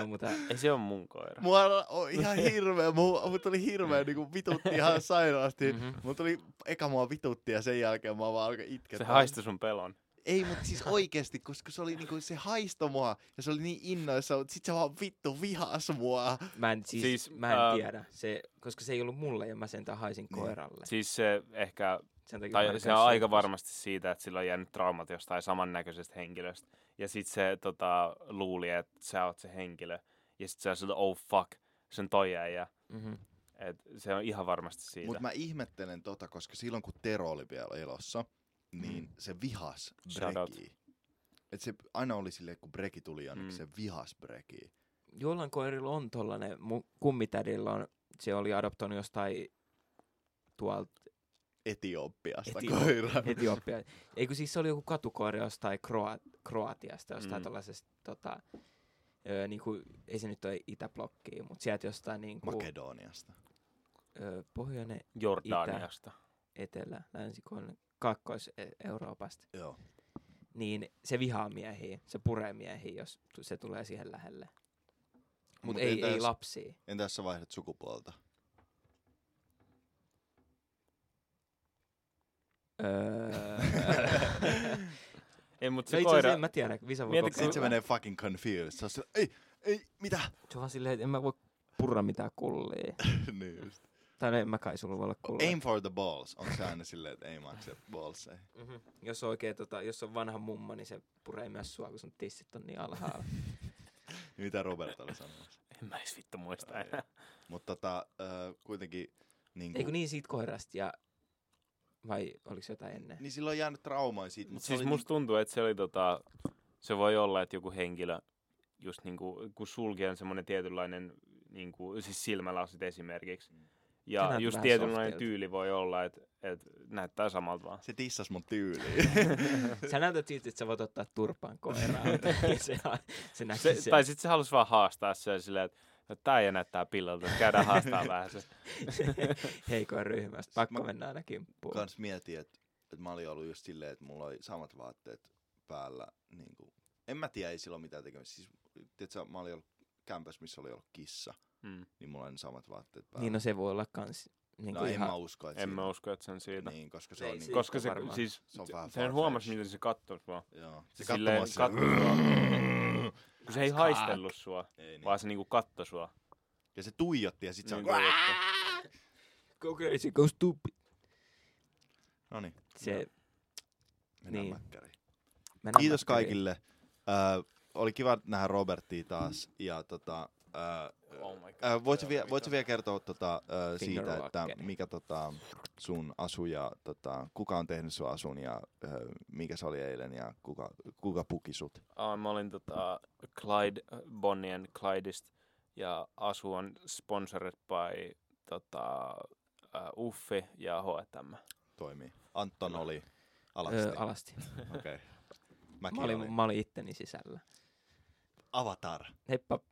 Speaker 1: No, mutta
Speaker 2: Ei se on mun koira.
Speaker 3: Mua on ihan hirveä, mua, mut oli hirveä niinku vitutti ihan sairaasti.
Speaker 1: Mhm.
Speaker 3: Mut tuli, eka mua vitutti ja sen jälkeen mä vaan alkoin itkeä.
Speaker 2: Se haistoi sun pelon.
Speaker 3: Ei, mutta siis oikeesti, koska se oli niinku, se haisto mua ja se oli niin innoissa, mutta sit se vaan vittu vihas mua.
Speaker 1: Mä en, siis,
Speaker 2: Siis,
Speaker 1: siis, mä en
Speaker 2: ää,
Speaker 1: tiedä, se, koska se ei ollut mulle ja mä sen haisin
Speaker 3: Niin.
Speaker 1: koiralle.
Speaker 2: Siis se ehkä
Speaker 1: Sen takia mä
Speaker 2: Tai
Speaker 1: en
Speaker 2: se on
Speaker 1: päässyt
Speaker 2: aika
Speaker 1: ulos.
Speaker 2: varmasti siitä, että sillä on jäänyt traumat jostain samannäköisestä henkilöstä. Ja sit se tota, luuli, että sä oot se henkilö. Ja sit se on sillä, oh fuck, sen toi ja
Speaker 1: Mhm.
Speaker 2: Et se on ihan varmasti siitä.
Speaker 3: Mutta mä ihmettelen tota, koska silloin kun Tero oli vielä elossa, niin se vihas
Speaker 2: Mm. Shout out.
Speaker 3: Breki. Et se aina oli silleen, kun Breki tuli jonnekin,
Speaker 2: Mm.
Speaker 3: mm. se vihas Breki.
Speaker 1: Jollain koirilla on tollanen, mun kummitädillä on, se oli adoptoinut jostain tuolta
Speaker 3: Etiopiasta
Speaker 1: Etio-
Speaker 3: koiran.
Speaker 1: Etiopia. Eikö siis se oli joku katukoira jostain Kroa- Kroatiasta, jostain
Speaker 2: Mm.
Speaker 1: mm. tollasesta tota, öö, niinku, ei se nyt ole itäblokkiin, mutta sieltä jostain niinku,
Speaker 3: Makedoniasta.
Speaker 1: öö, pohjoinen,
Speaker 2: Jordaniasta.
Speaker 1: etelä, länsi, e-, kaakkois-Euroopasta.
Speaker 3: Joo.
Speaker 1: niin se vihaa miehiä, se puree miehiä, jos tu- se tulee siihen lähelle. Mutta
Speaker 3: Mut
Speaker 1: Mut ei,
Speaker 3: entä
Speaker 1: ei
Speaker 3: jos-
Speaker 1: lapsia.
Speaker 3: Entä jos sä vaihdat sukupuolta?
Speaker 1: Öö,
Speaker 2: Ei, mutta
Speaker 1: se
Speaker 2: se
Speaker 1: No itse asiassa
Speaker 2: koira...
Speaker 1: en mä tiedä, Visa voi
Speaker 2: Mieti,
Speaker 1: Mietitkö,
Speaker 3: Sitten
Speaker 1: kokeilla.
Speaker 3: se menee fucking confused. Se on se, ei, ei, mitä?
Speaker 1: Se on vaan silleen, että en mä voi purra mitään kullia.
Speaker 3: niin just.
Speaker 1: tai no en mä kai sulla voi olla kullia.
Speaker 3: Aim for the balls. Onko se aina silleen, että aim accept balls? Ei.
Speaker 1: Mm-hmm. Jos, on oikein, tota, jos on vanha mummo, niin se puree myös sua, kun sun tissit on niin alhaalla.
Speaker 3: Niin Mitä Robert oli sanomassa?
Speaker 2: En mä edes vittu muista
Speaker 3: Ai,
Speaker 2: enää.
Speaker 3: Mutta tota, äh, kuitenkin... Niin
Speaker 1: Eikö niin siitä koirasta ja... Vai oliko se jotain ennen?
Speaker 3: Niin sillä on jäänyt traumaa siitä, mutta
Speaker 2: Siis
Speaker 3: se
Speaker 2: musta
Speaker 3: oli niin-
Speaker 2: tuntuu, että se oli tota... Se voi olla, että joku henkilö, just niinku, kun sulki on semmoinen tietynlainen, niinku, siis silmälasit esimerkiksi.
Speaker 3: Mm.
Speaker 1: Se
Speaker 2: Ja
Speaker 1: näyttää
Speaker 2: just
Speaker 1: vähän
Speaker 2: tietynlainen
Speaker 1: softilta.
Speaker 2: tyyli voi olla, että et näyttää samalta vaan.
Speaker 3: niinku- Se tissas mun tyyliin.
Speaker 1: Sä näytät siltä, että sä voit ottaa turpaan koiraa. Ja se, se näki
Speaker 2: Se,
Speaker 1: se, sen.
Speaker 2: tai sitten se halusi vaan haastaa sen silleen, että no, tää ei näyttää pillolta, että käydään haastaa vähän se.
Speaker 1: heikoin ryhmästä. Pakko
Speaker 3: Siis Mä-
Speaker 1: mennä aina kimppuun.
Speaker 3: Kans mietin, että et mä olin ollut just silleen, että mulla oli samat vaatteet päällä. Niin kuin, en mä tiedä, ei sillä ole mitään tekemistä. Siis tiedätkö, mä olin ollut kämpässä, missä oli ollut kissa,
Speaker 2: Mm.
Speaker 3: niin mulla on samat vaatteet päällä.
Speaker 1: Niin no se voi olla kans niin
Speaker 3: no
Speaker 1: kuin
Speaker 3: en
Speaker 1: ihan...
Speaker 3: mä usko, että
Speaker 2: En
Speaker 3: siinä-
Speaker 2: mä usko, että se on siitä.
Speaker 3: Niin, koska se
Speaker 1: Ei
Speaker 3: on niin,
Speaker 1: siitä
Speaker 2: Koska se,
Speaker 1: varmaan.
Speaker 2: siis,
Speaker 3: Se on vähän
Speaker 2: sen huomasi, miten se katsoi sua.
Speaker 1: siis-
Speaker 3: Joo. Se
Speaker 2: Se silleen
Speaker 3: katsoi
Speaker 2: katsoi
Speaker 3: sua.
Speaker 2: Kun se ei haistellut sua,
Speaker 3: Ei niin.
Speaker 2: vaan se niinku katsoi sua.
Speaker 3: Ja se tuijotti ja sit se on...
Speaker 2: Niin, että-
Speaker 1: Go crazy, go stupid.
Speaker 3: Noniin,
Speaker 1: Se,
Speaker 3: No niin, mennään
Speaker 1: Niin.
Speaker 3: mäkkäriin.
Speaker 1: mä
Speaker 3: Kiitos kaikille. Ö, oli kiva nähdä Robertia taas. Ja tota, ö,
Speaker 2: Oh my god.
Speaker 3: Äh, voit
Speaker 2: se
Speaker 3: sä
Speaker 2: on
Speaker 3: vielä,
Speaker 2: mitä.
Speaker 3: voit sä vielä kertoa tota, äh, siitä,
Speaker 1: Finger
Speaker 3: että
Speaker 1: rockeri.
Speaker 3: mikä tota, sun asu ja tota, kuka on tehnyt sun asun ja äh, mikä se oli eilen ja kuka, kuka puki sut?
Speaker 2: Ah, mä olin tota Clyde, Bonnien Clydist ja asu on sponsored by tota, uh, Uffi ja H&M.
Speaker 3: Toimii. Anton oli alasti.
Speaker 1: Alasti. Ö,
Speaker 3: Öö,
Speaker 1: alasti.
Speaker 3: okay.
Speaker 1: Mä olin, mä olin itteni sisällä.
Speaker 3: Avatar.
Speaker 1: Heippa.